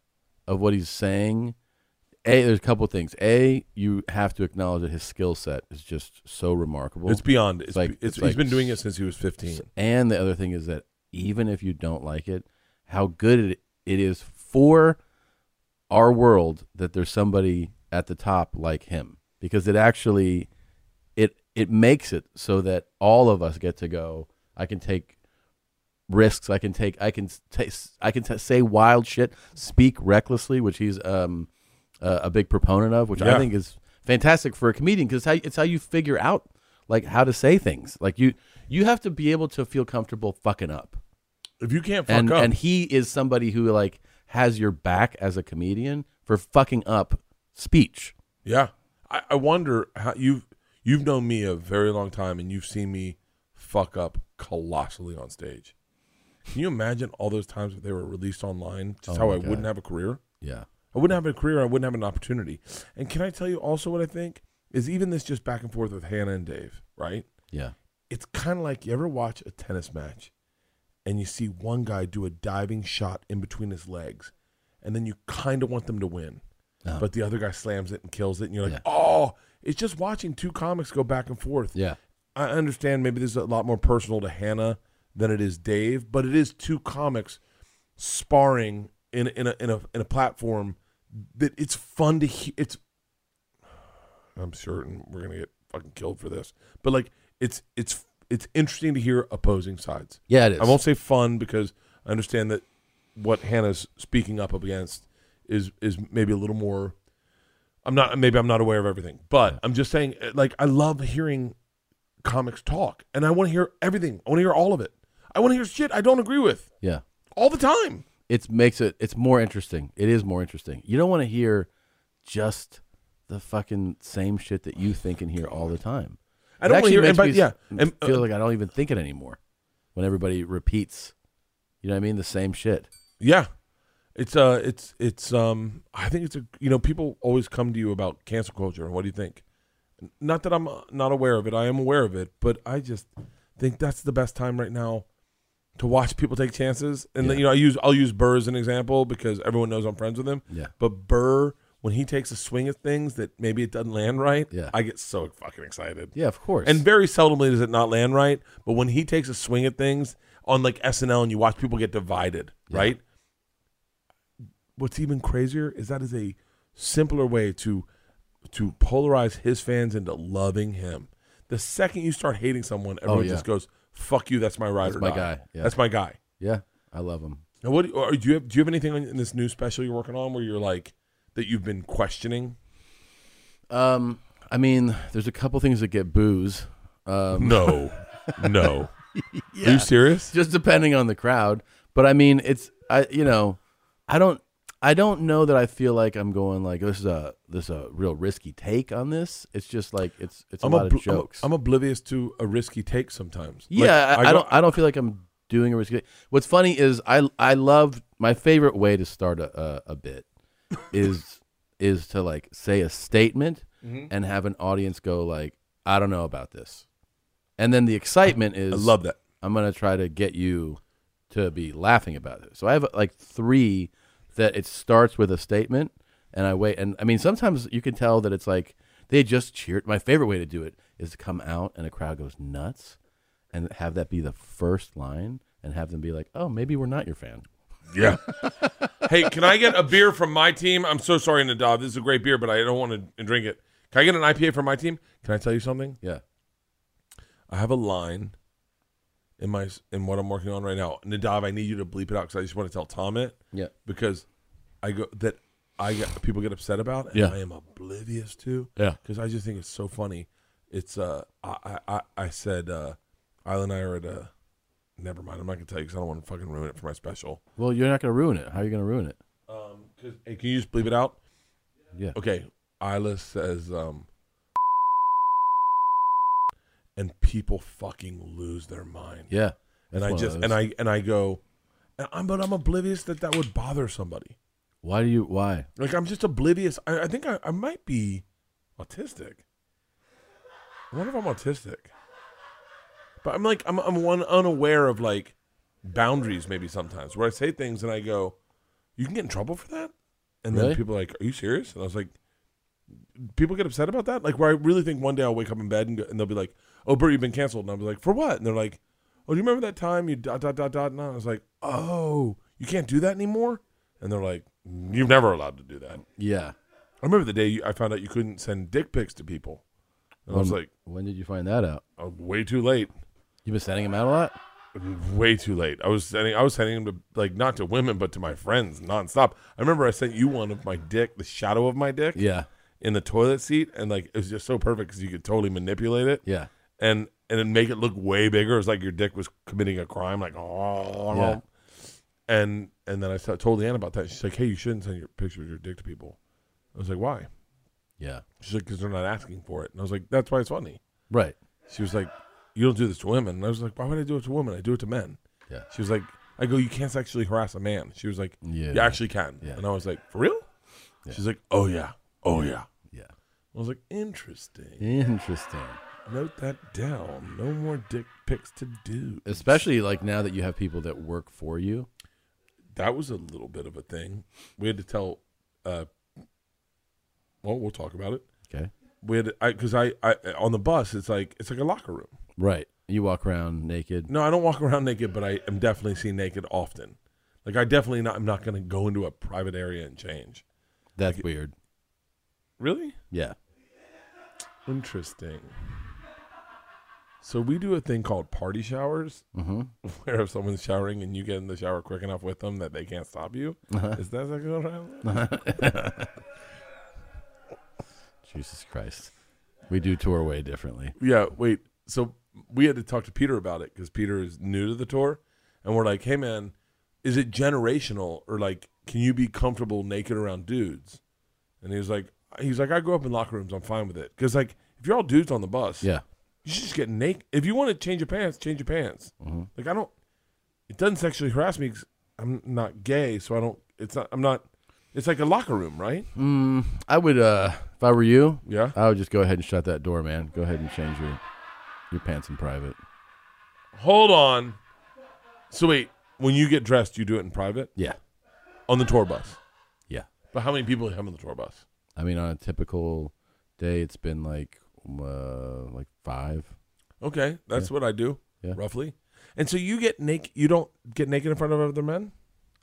B: of what he's saying, a there's a couple things. A you have to acknowledge that his skill set is just so remarkable.
A: It's beyond. It's,
B: like-
A: be- it's,
B: it's like-
A: he's been doing it since he was 15.
B: and the other thing is that even if you don't like it, how good it, it is for our world that there's somebody at the top like him because it actually it it makes it so that all of us get to go I can take risks I can take I can ta- I can t- say wild shit speak recklessly which he's um a a big proponent of which
A: Yeah.
B: I think is fantastic for a comedian because how, it's how you figure out like how to say things like you you have to be able to feel comfortable fucking up
A: If you can't fuck
B: and
A: up,
B: and he is somebody who like has your back as a comedian for fucking up speech.
A: Yeah, I, I wonder how you've you've known me a very long time, and you've seen me fuck up colossally on stage. Can you imagine all those times that they were released online? Just
B: Oh
A: how
B: my
A: I
B: God.
A: wouldn't have a career.
B: Yeah.
A: I wouldn't have a career. I wouldn't have an opportunity. And can I tell you also what I think is even this just back and forth with Hannah and Dave, right?
B: Yeah.
A: It's kind of like you ever watch a tennis match, and you see one guy do a diving shot in between his legs, and then you kind of want them to win
B: Uh-huh.
A: but the other guy slams it and kills it, and you're like,
B: Yeah.
A: oh, it's just watching two comics go back and forth.
B: Yeah.
A: I understand maybe this is a lot more personal to Hannah than it is Dave, but it is two comics sparring in in a in a in a platform that it's fun to he- it's. I'm certain we're gonna get fucking killed for this, but like it's it's it's interesting to hear opposing sides.
B: Yeah, it is.
A: I won't say fun because I understand that what Hannah's speaking up against is is maybe a little more. I'm not maybe I'm not aware of everything, but I'm just saying uh, like I love hearing comics talk, and I want to hear everything. I want to hear all of it. I want to hear shit I don't agree with
B: yeah.
A: all the time.
B: It makes it it's more interesting. It is more interesting. You don't want to hear just the fucking same shit that you think and hear all the time.
A: I don't
B: It
A: wanna
B: actually
A: hear-
B: makes
A: but
B: me
A: yeah,
B: s-
A: and, uh,
B: feel like I don't even think it anymore. When everybody repeats, you know what I mean, the same shit.
A: Yeah. It's uh it's it's um I think it's a you know people always come to you about cancel culture and what do you think? Not that I'm uh, not aware of it. I am aware of it, but I just think that's the best time right now to watch people take chances. And then, you know, I use I'll use Burr as an example because everyone knows I'm friends with him.
B: Yeah.
A: But Burr when he takes a swing at things that maybe it doesn't land right,
B: Yeah.
A: I get so fucking excited.
B: Yeah, of course.
A: And very seldomly does it not land right, but when he takes a swing at things on like SNL and you watch people get divided, right? What's even crazier is that is a simpler way to to polarize his fans into loving him. The second you start hating someone, everyone
B: Oh, yeah.
A: just goes, "Fuck you, that's my ride
B: That's
A: or
B: my
A: die.
B: guy, yeah.
A: That's my guy."
B: yeah, I love them.
A: Now, what or do you have? Do you have anything on- in this new special you're working on where you're like that you've been questioning?
B: Um, I mean, there's a couple things that get booze. Um,
A: No, no. Are
B: Yeah.
A: you serious?
B: just depending on the crowd. But I mean, it's I you know, I don't I don't know that I feel like I'm going like this is a this is a real risky take on this. It's just like it's it's a lot
A: obl-
B: of jokes.
A: I'm, I'm oblivious to a risky take sometimes. Like,
B: yeah, I, I
A: go-
B: don't I don't feel like I'm doing a risky. What's funny is I I love my favorite way to start a a, a bit is is to like say a statement
A: Mm-hmm.
B: and have an audience go like I don't know about this. And then the excitement is
A: I love that.
B: I'm gonna try to get you to be laughing about it. So I have like three that it starts with a statement, and I wait. And I mean, sometimes you can tell that it's like they just cheered. My favorite way to do it is to come out and a crowd goes nuts, and have that be the first line, and have them be like, "Oh, maybe we're not your fan."
A: Yeah. hey, can I get a beer from my team? I'm so sorry, Nadav. This is a great beer, but I don't want to drink it. Can I get an IPA from my team? Can I tell you something?
B: Yeah,
A: I have a line in my in what I'm working on right now. Nadav, I need you to bleep it out because I just want to tell Tom it.
B: Yeah.
A: Because I go that I get people get upset about and
B: Yeah.
A: I am oblivious to.
B: Yeah.
A: Because I just think it's so funny. It's uh I I I, I said uh Isla and I are at a never mind, I'm not gonna tell you because I don't want to fucking ruin it for my special.
B: well, you're not gonna ruin it. How are you gonna ruin it?
A: Um 'cause hey, can you just bleep it out?
B: Yeah.
A: Okay. Isla says um and people fucking lose their mind
B: Yeah,
A: and
B: That's
A: I
B: one of
A: just
B: those.
A: and I and I go, and I'm but I'm oblivious that that would bother somebody.
B: why do you why?
A: Like I'm just oblivious. I, I think I, I might be autistic. I wonder if I'm autistic. But I'm like I'm I'm one unaware of like boundaries maybe sometimes where I say things and I go, you can get in trouble for that, and
B: Really?
A: then people are like, are you serious? And I was like, people get upset about that. Like where I really think one day I'll wake up in bed and, go, and they'll be like, oh Bert, you've been canceled, and I'll be like, for what? And they're like, oh, do you remember that time you dot dot dot dot? And I was like, oh, you can't do that anymore. And they're like, you're never allowed to do that.
B: Yeah.
A: I remember the day you, I found out you couldn't send dick pics to people. And I was
B: When-
A: like,
B: when did you find that out?
A: oh, way too late.
B: You've been sending him out a lot.
A: Way too late. I was sending I was sending them to like not to women but to my friends nonstop. I remember I sent you one of my dick, the shadow of my dick
B: Yeah,
A: in the toilet seat and like it was just so perfect cuz you could totally manipulate it.
B: yeah.
A: And and then make it look way bigger. It was like your dick was committing a crime like oh.
B: Yeah.
A: And and then I sa- told Ann about that. She's like, "Hey, you shouldn't send your pictures of your dick to people." I was like, "Why?"
B: Yeah.
A: She's like, "Cuz they're not asking for it." And I was like, "That's why it's funny."
B: Right.
A: She was like, "You don't do this to women." And I was like, "Why would I do it to women? I do it to men."
B: Yeah.
A: She was like, "I go, you can't sexually harass a man." She was like,
B: Yeah.
A: "You actually can."
B: Yeah.
A: And I was like, "For real?" She's like, "Oh yeah, oh yeah."
B: Yeah.
A: I was like, "Interesting.
B: Interesting.
A: Note that down. No more dick pics to do."
B: Especially like now that you have people that work for you.
A: That was a little bit of a thing. We had to tell. uh Well, we'll talk about it.
B: Okay.
A: We had because I, I on the bus. It's like it's like a locker room.
B: Right. You walk around naked.
A: No, I don't walk around naked, but I am definitely seen naked often. Like I definitely not. I'm not going to go into a private area and change.
B: That's weird.
A: Really
B: Yeah.
A: interesting. So we do a thing called party showers,
B: Mm-hmm.
A: where if someone's showering and you get in the shower quick enough with them that they can't stop you, is that exactly what happened?
B: Jesus Christ. We do tour way differently.
A: Yeah. Wait. So we had to talk to Peter about it because Peter is new to the tour, and we're like, "Hey, man, is it generational or like, can you be comfortable naked around dudes?" And he was like, he's like, I grew up in locker rooms. I'm fine with it. Because like, if you're all dudes on the bus,
B: Yeah.
A: you should just get naked. If you want to change your pants, change your pants.
B: Mhm.
A: Like I don't. It doesn't sexually harass me. Cause I'm not gay, so I don't. It's not. I'm not. It's like a locker room, right?
B: Mm, I would. uh If I were you,
A: Yeah.
B: I would just go ahead and shut that door, man. Go ahead and change your your pants in private.
A: Hold on. So wait, when you get dressed, you do it in private
B: Yeah.
A: on the tour bus.
B: Yeah.
A: But how many people have on the tour bus?
B: I mean, on a typical day, it's been like uh, like five.
A: Okay, that's what I do
B: Yeah.
A: roughly. And so you get naked. You don't get naked in front of other men.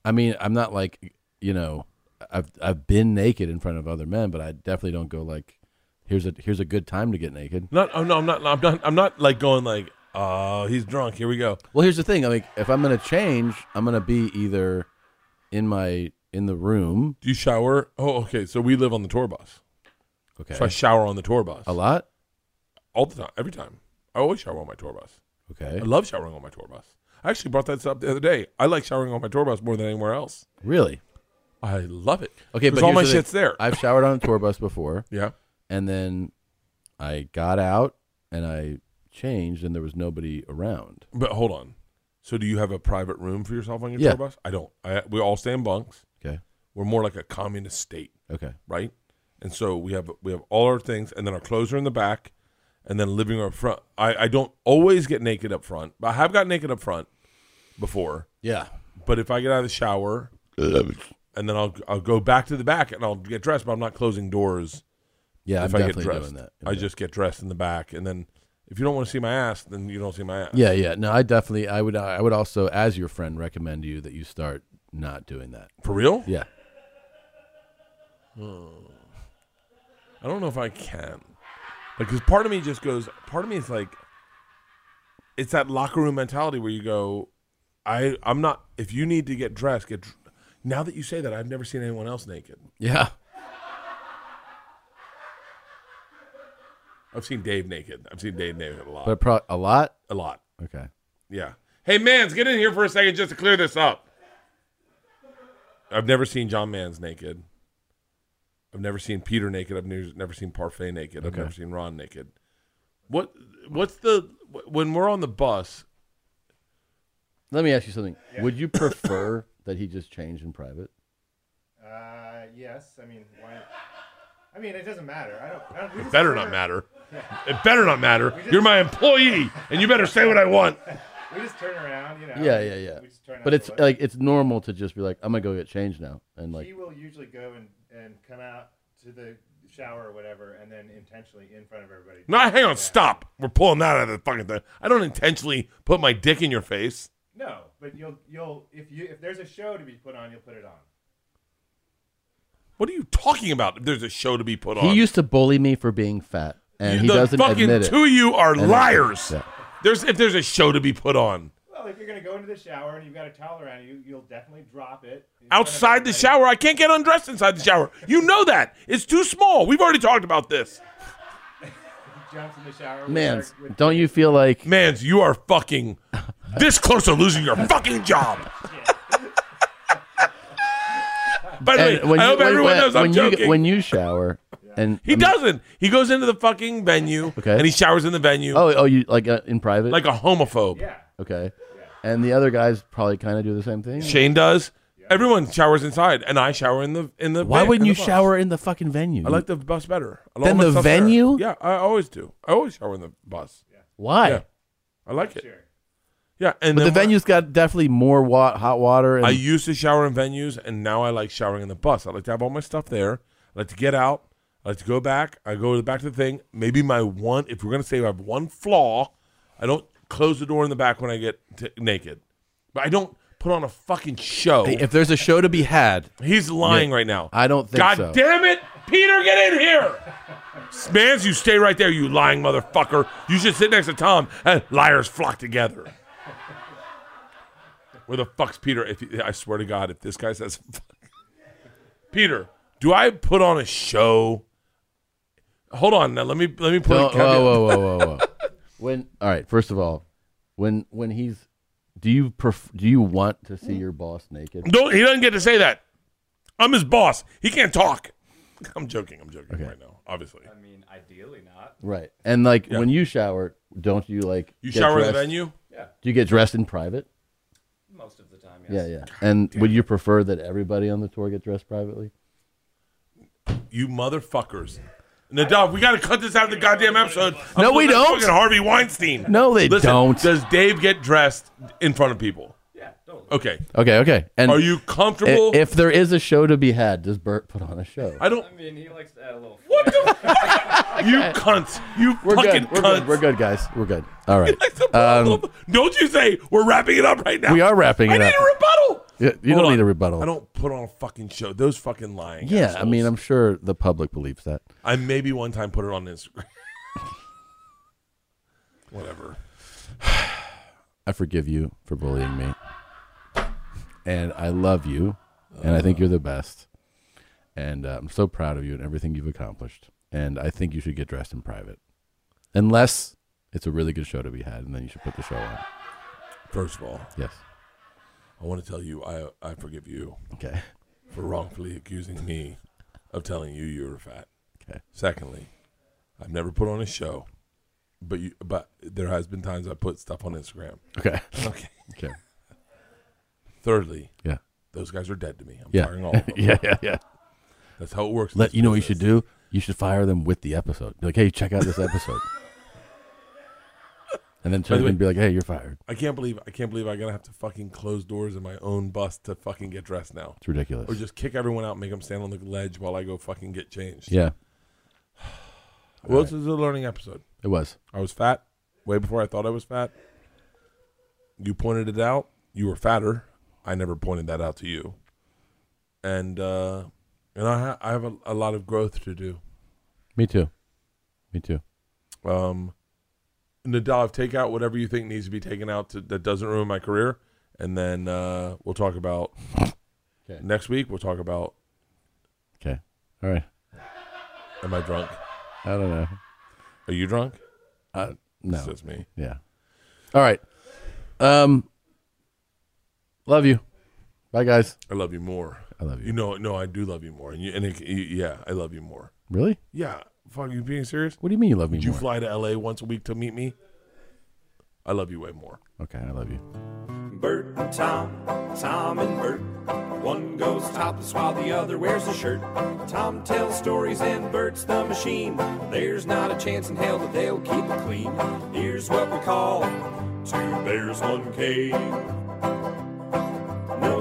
B: I mean, I'm not like you know, I've I've been naked in front of other men, but I definitely don't go like, here's a here's a good time to get naked.
A: Not. Oh no, I'm not. I'm not. I'm not like going like. Oh, he's drunk. Here we go.
B: Well, here's the thing. Like, if I'm gonna change, I'm gonna be either in my in the room.
A: Do you shower? Oh, okay. So we live on the tour bus.
B: Okay.
A: So I shower on the tour bus
B: a lot.
A: all the time, every time. I always shower on my tour bus.
B: Okay.
A: I love showering on my tour bus. I actually brought that up the other day. I like showering on my tour bus more than anywhere else.
B: Really.
A: I love it.
B: Okay,
A: because
B: but
A: all my
B: here's the thing.
A: shit's there.
B: I've showered on a tour bus before,
A: yeah.
B: and then I got out and I changed, and there was nobody around.
A: But hold on. So do you have a private room for yourself on your
B: Yeah.
A: tour bus? I don't. I, we all stay in bunks.
B: Okay.
A: We're more like a communist state,
B: Okay.
A: right? And so we have we have all our things, and then our clothes are in the back, and then living room up front. I, I don't always get naked up front, but I have got naked up front before.
B: Yeah.
A: But if I get out of the shower, and then I'll I'll go back to the back and I'll get dressed, but I'm not closing doors.
B: Yeah,
A: if
B: I'm
A: I get
B: definitely
A: dressed,
B: doing that.
A: I just get dressed in the back, and then if you don't want to see my ass, then you don't see my ass.
B: Yeah, yeah. No, I definitely I would I would also as your friend recommend you that you start not doing that.
A: for real.
B: Yeah.
A: I don't know if I can, because part of me just goes. Part of me is like, it's that locker room mentality where you go, I I'm not. If you need to get dressed, get. dr- Now that you say that, I've never seen anyone else naked.
B: Yeah.
A: I've seen Dave naked. I've seen Dave naked a lot,
B: But pro- a lot?
A: a lot.
B: Okay.
A: Yeah. Hey, Mans, get in here for a second just to clear this up. I've never seen John Mans naked. I've never seen Peter naked. I've never, never seen Parfait naked. I've
B: Okay.
A: never seen Ron naked. What? What's the when we're on the bus?
B: Let me ask you something. Would you prefer that he just change in private?
G: Uh, yes. I mean, why? I mean, it doesn't matter. I don't. I don't we
A: It
G: just
A: better
G: never-
A: not matter. It better not matter. You're my employee, and you better say what I want.
G: We just turn around, you know.
B: Yeah, yeah, yeah.
G: We just turn
B: But
G: out
B: it's
G: to look.
B: like it's normal to just be like, I'm gonna go get changed now and
G: he
B: like
G: will usually go and and come out to the shower or whatever, and then intentionally in front of everybody.
A: No, hang on, stop. We're pulling that out of the fucking thing. I don't intentionally put my dick in your face.
G: No, but you'll you'll if you if there's a show to be put on, you'll put it on.
A: What are you talking about? If there's a show to be put on,
B: he used to bully me for being fat and
A: You-
B: he
A: the
B: doesn't
A: fucking
B: admit it.
A: two of you are
B: And I-
A: liars.
B: Yeah.
A: There's if there's a show to be put on
G: Well, if you're gonna go into the shower and you've got a towel around you, you'll definitely drop it in front of
A: outside the
G: everybody.
A: shower, I can't get undressed inside the shower. You know that it's too small. We've already talked about this.
G: He jumps in the shower. with
B: Man,
G: our- with-
B: don't you feel like
A: Mans, you are fucking this close to losing your fucking job. By the way,
B: and when
A: I
B: you-
A: hope
B: when-
A: everyone
B: when-
A: knows I'm
B: when you,
A: joking.
B: when you shower and
A: he
B: I mean-
A: doesn't. He goes into the fucking venue
B: Okay.
A: and he showers in the venue
B: Oh, oh, you like uh, in private?
A: like a homophobe.
G: yeah.
B: Okay. And the other guys probably kind of do the same thing.
A: Shane does. Everyone showers inside, and I shower in the in the.
B: Why
A: van-
B: wouldn't
A: in
B: you
A: the bus.
B: shower in the fucking venue?
A: I like the bus better. I
B: Than
A: all my
B: the
A: stuff there.
B: venue?
A: Yeah, I always do. I always shower in the bus.
B: Why?
A: Yeah, I like it.
G: Sure.
A: Yeah, and then
B: But the
A: when-
B: venue's got definitely more wa- hot water. And
A: I used to shower in venues, and now I like showering in the bus. I like to have all my stuff there. I like to get out. I like to go back. I go to the back of the thing. Maybe my one, if we're gonna say I have one flaw, I don't close the door in the back when I get t- naked, but I don't put on a fucking show.
B: Hey, if there's a show to be had,
A: He's lying right now.
B: I don't think
A: God
B: so.
A: damn it, Peter, get in here. Mans, you stay right there, you lying motherfucker. You should sit next to Tom. And liars flock together. Where the fuck's Peter? If I swear to God, if this guy says, Peter, do I put on a show? Hold on, now let me let me put.
B: No,
A: a
B: whoa,
A: caveat.
B: whoa, whoa, whoa, whoa. when all right, first of all, when when he's, do you pref- do you want to see your boss naked?
A: Don't he doesn't get to say that. I'm his boss. He can't talk. I'm joking. I'm joking right now. Obviously,
L: I mean, ideally not.
B: Right. And like
A: Yeah.
B: when you shower, don't you like
A: You
B: get
A: shower at the
B: dressed-
A: venue?
L: Yeah.
B: Do you get dressed in private?
L: Most of the time,
B: Yeah,
L: yes.
B: yeah. And would you prefer that everybody on the tour get dressed privately?
A: you motherfuckers. Nadav, we got to cut this out of the goddamn episode. I'm
B: No, we
A: looking at
B: don't.
A: Fucking Harvey Weinstein.
B: No, they
A: Listen,
B: don't.
A: Does Dave get dressed in front of people?
L: Yeah, totally.
A: Okay.
B: Okay, okay. And
A: Are you
B: i-
A: comfortable?
B: if there is a show to be had, does Bert put on a show?
A: I don't.
L: I mean, he likes to add a little.
A: What the fuck? You cunts. You
B: We're
A: fucking
B: good. We're
A: cunts.
B: good. We're good, guys. We're good. All right.
A: That's the problem. don't you say we're wrapping it up right now.
B: We are wrapping
A: I
B: it
A: need
B: up.
A: a rebuttal.
B: You, you
A: Hold
B: don't
A: on.
B: need a rebuttal.
A: I don't put on a fucking show. Those fucking lying.
B: Yeah, I
A: assholes.
B: mean, I'm sure the public believes that.
A: I maybe one time put it on Instagram. Whatever.
B: I forgive you for bullying me. And I love you. And I think you're the best. And uh, I'm so proud of you and everything you've accomplished. And I think you should get dressed in private. Unless it's a really good show to be had, and then you should put the show on.
A: First of all,
B: Yes.
A: I want to tell you I I forgive you.
B: Okay.
A: for wrongfully accusing me of telling you you were fat.
B: Okay.
A: Secondly, I've never put on a show, but you, but there has been times I put stuff on Instagram.
B: Okay.
A: Okay.
B: Okay.
A: Thirdly,
B: Yeah.
A: those guys are dead to me. I'm
B: Yeah.
A: firing all of them.
B: yeah. Yeah. Yeah.
A: That's how it works. in
B: Let
A: this
B: you know what you should
A: business.
B: do. You should fire them with the episode. Be like, hey, check out this episode. and then
A: the
B: turn to them
A: way-
B: and be like, hey, you're fired.
A: I can't believe I can't believe I gotta have to fucking close doors in my own bus to fucking get dressed now,
B: It's ridiculous.
A: or just kick everyone out, and make them stand on the ledge while I go fucking get changed.
B: yeah.
A: Well, this is a learning episode.
B: It was.
A: I was fat way before I thought I was fat. You pointed it out. You were fatter. I never pointed that out to you. And uh, and I, ha- I have a, a lot of growth to do.
B: Me too. Me too.
A: Um, Nadav, take out whatever you think needs to be taken out to, that doesn't ruin my career, and then uh, we'll talk about
B: Okay.
A: next week. We'll talk about
B: Okay. All right.
A: am I drunk?
B: I don't know.
A: Are you drunk?
B: Uh, no.
A: It's just me.
B: Yeah. All right. Um. Love you. Bye, guys.
A: I love you more.
B: I love you.
A: You know, no, I do love you more. And you, and it, you, yeah, I love you more.
B: Really?
A: Yeah, fuck, you being serious?
B: What do you mean you love me
A: Would you
B: more?
A: fly to LA once a week to meet me? I love you way more.
B: okay, I love you.
L: Bert and Tom, Tom and Bert. One goes topless while the other wears a shirt. Tom tells stories and Bert's the machine. There's not a chance in hell that they'll keep it clean. Here's what we call Two Bears, One Cave. No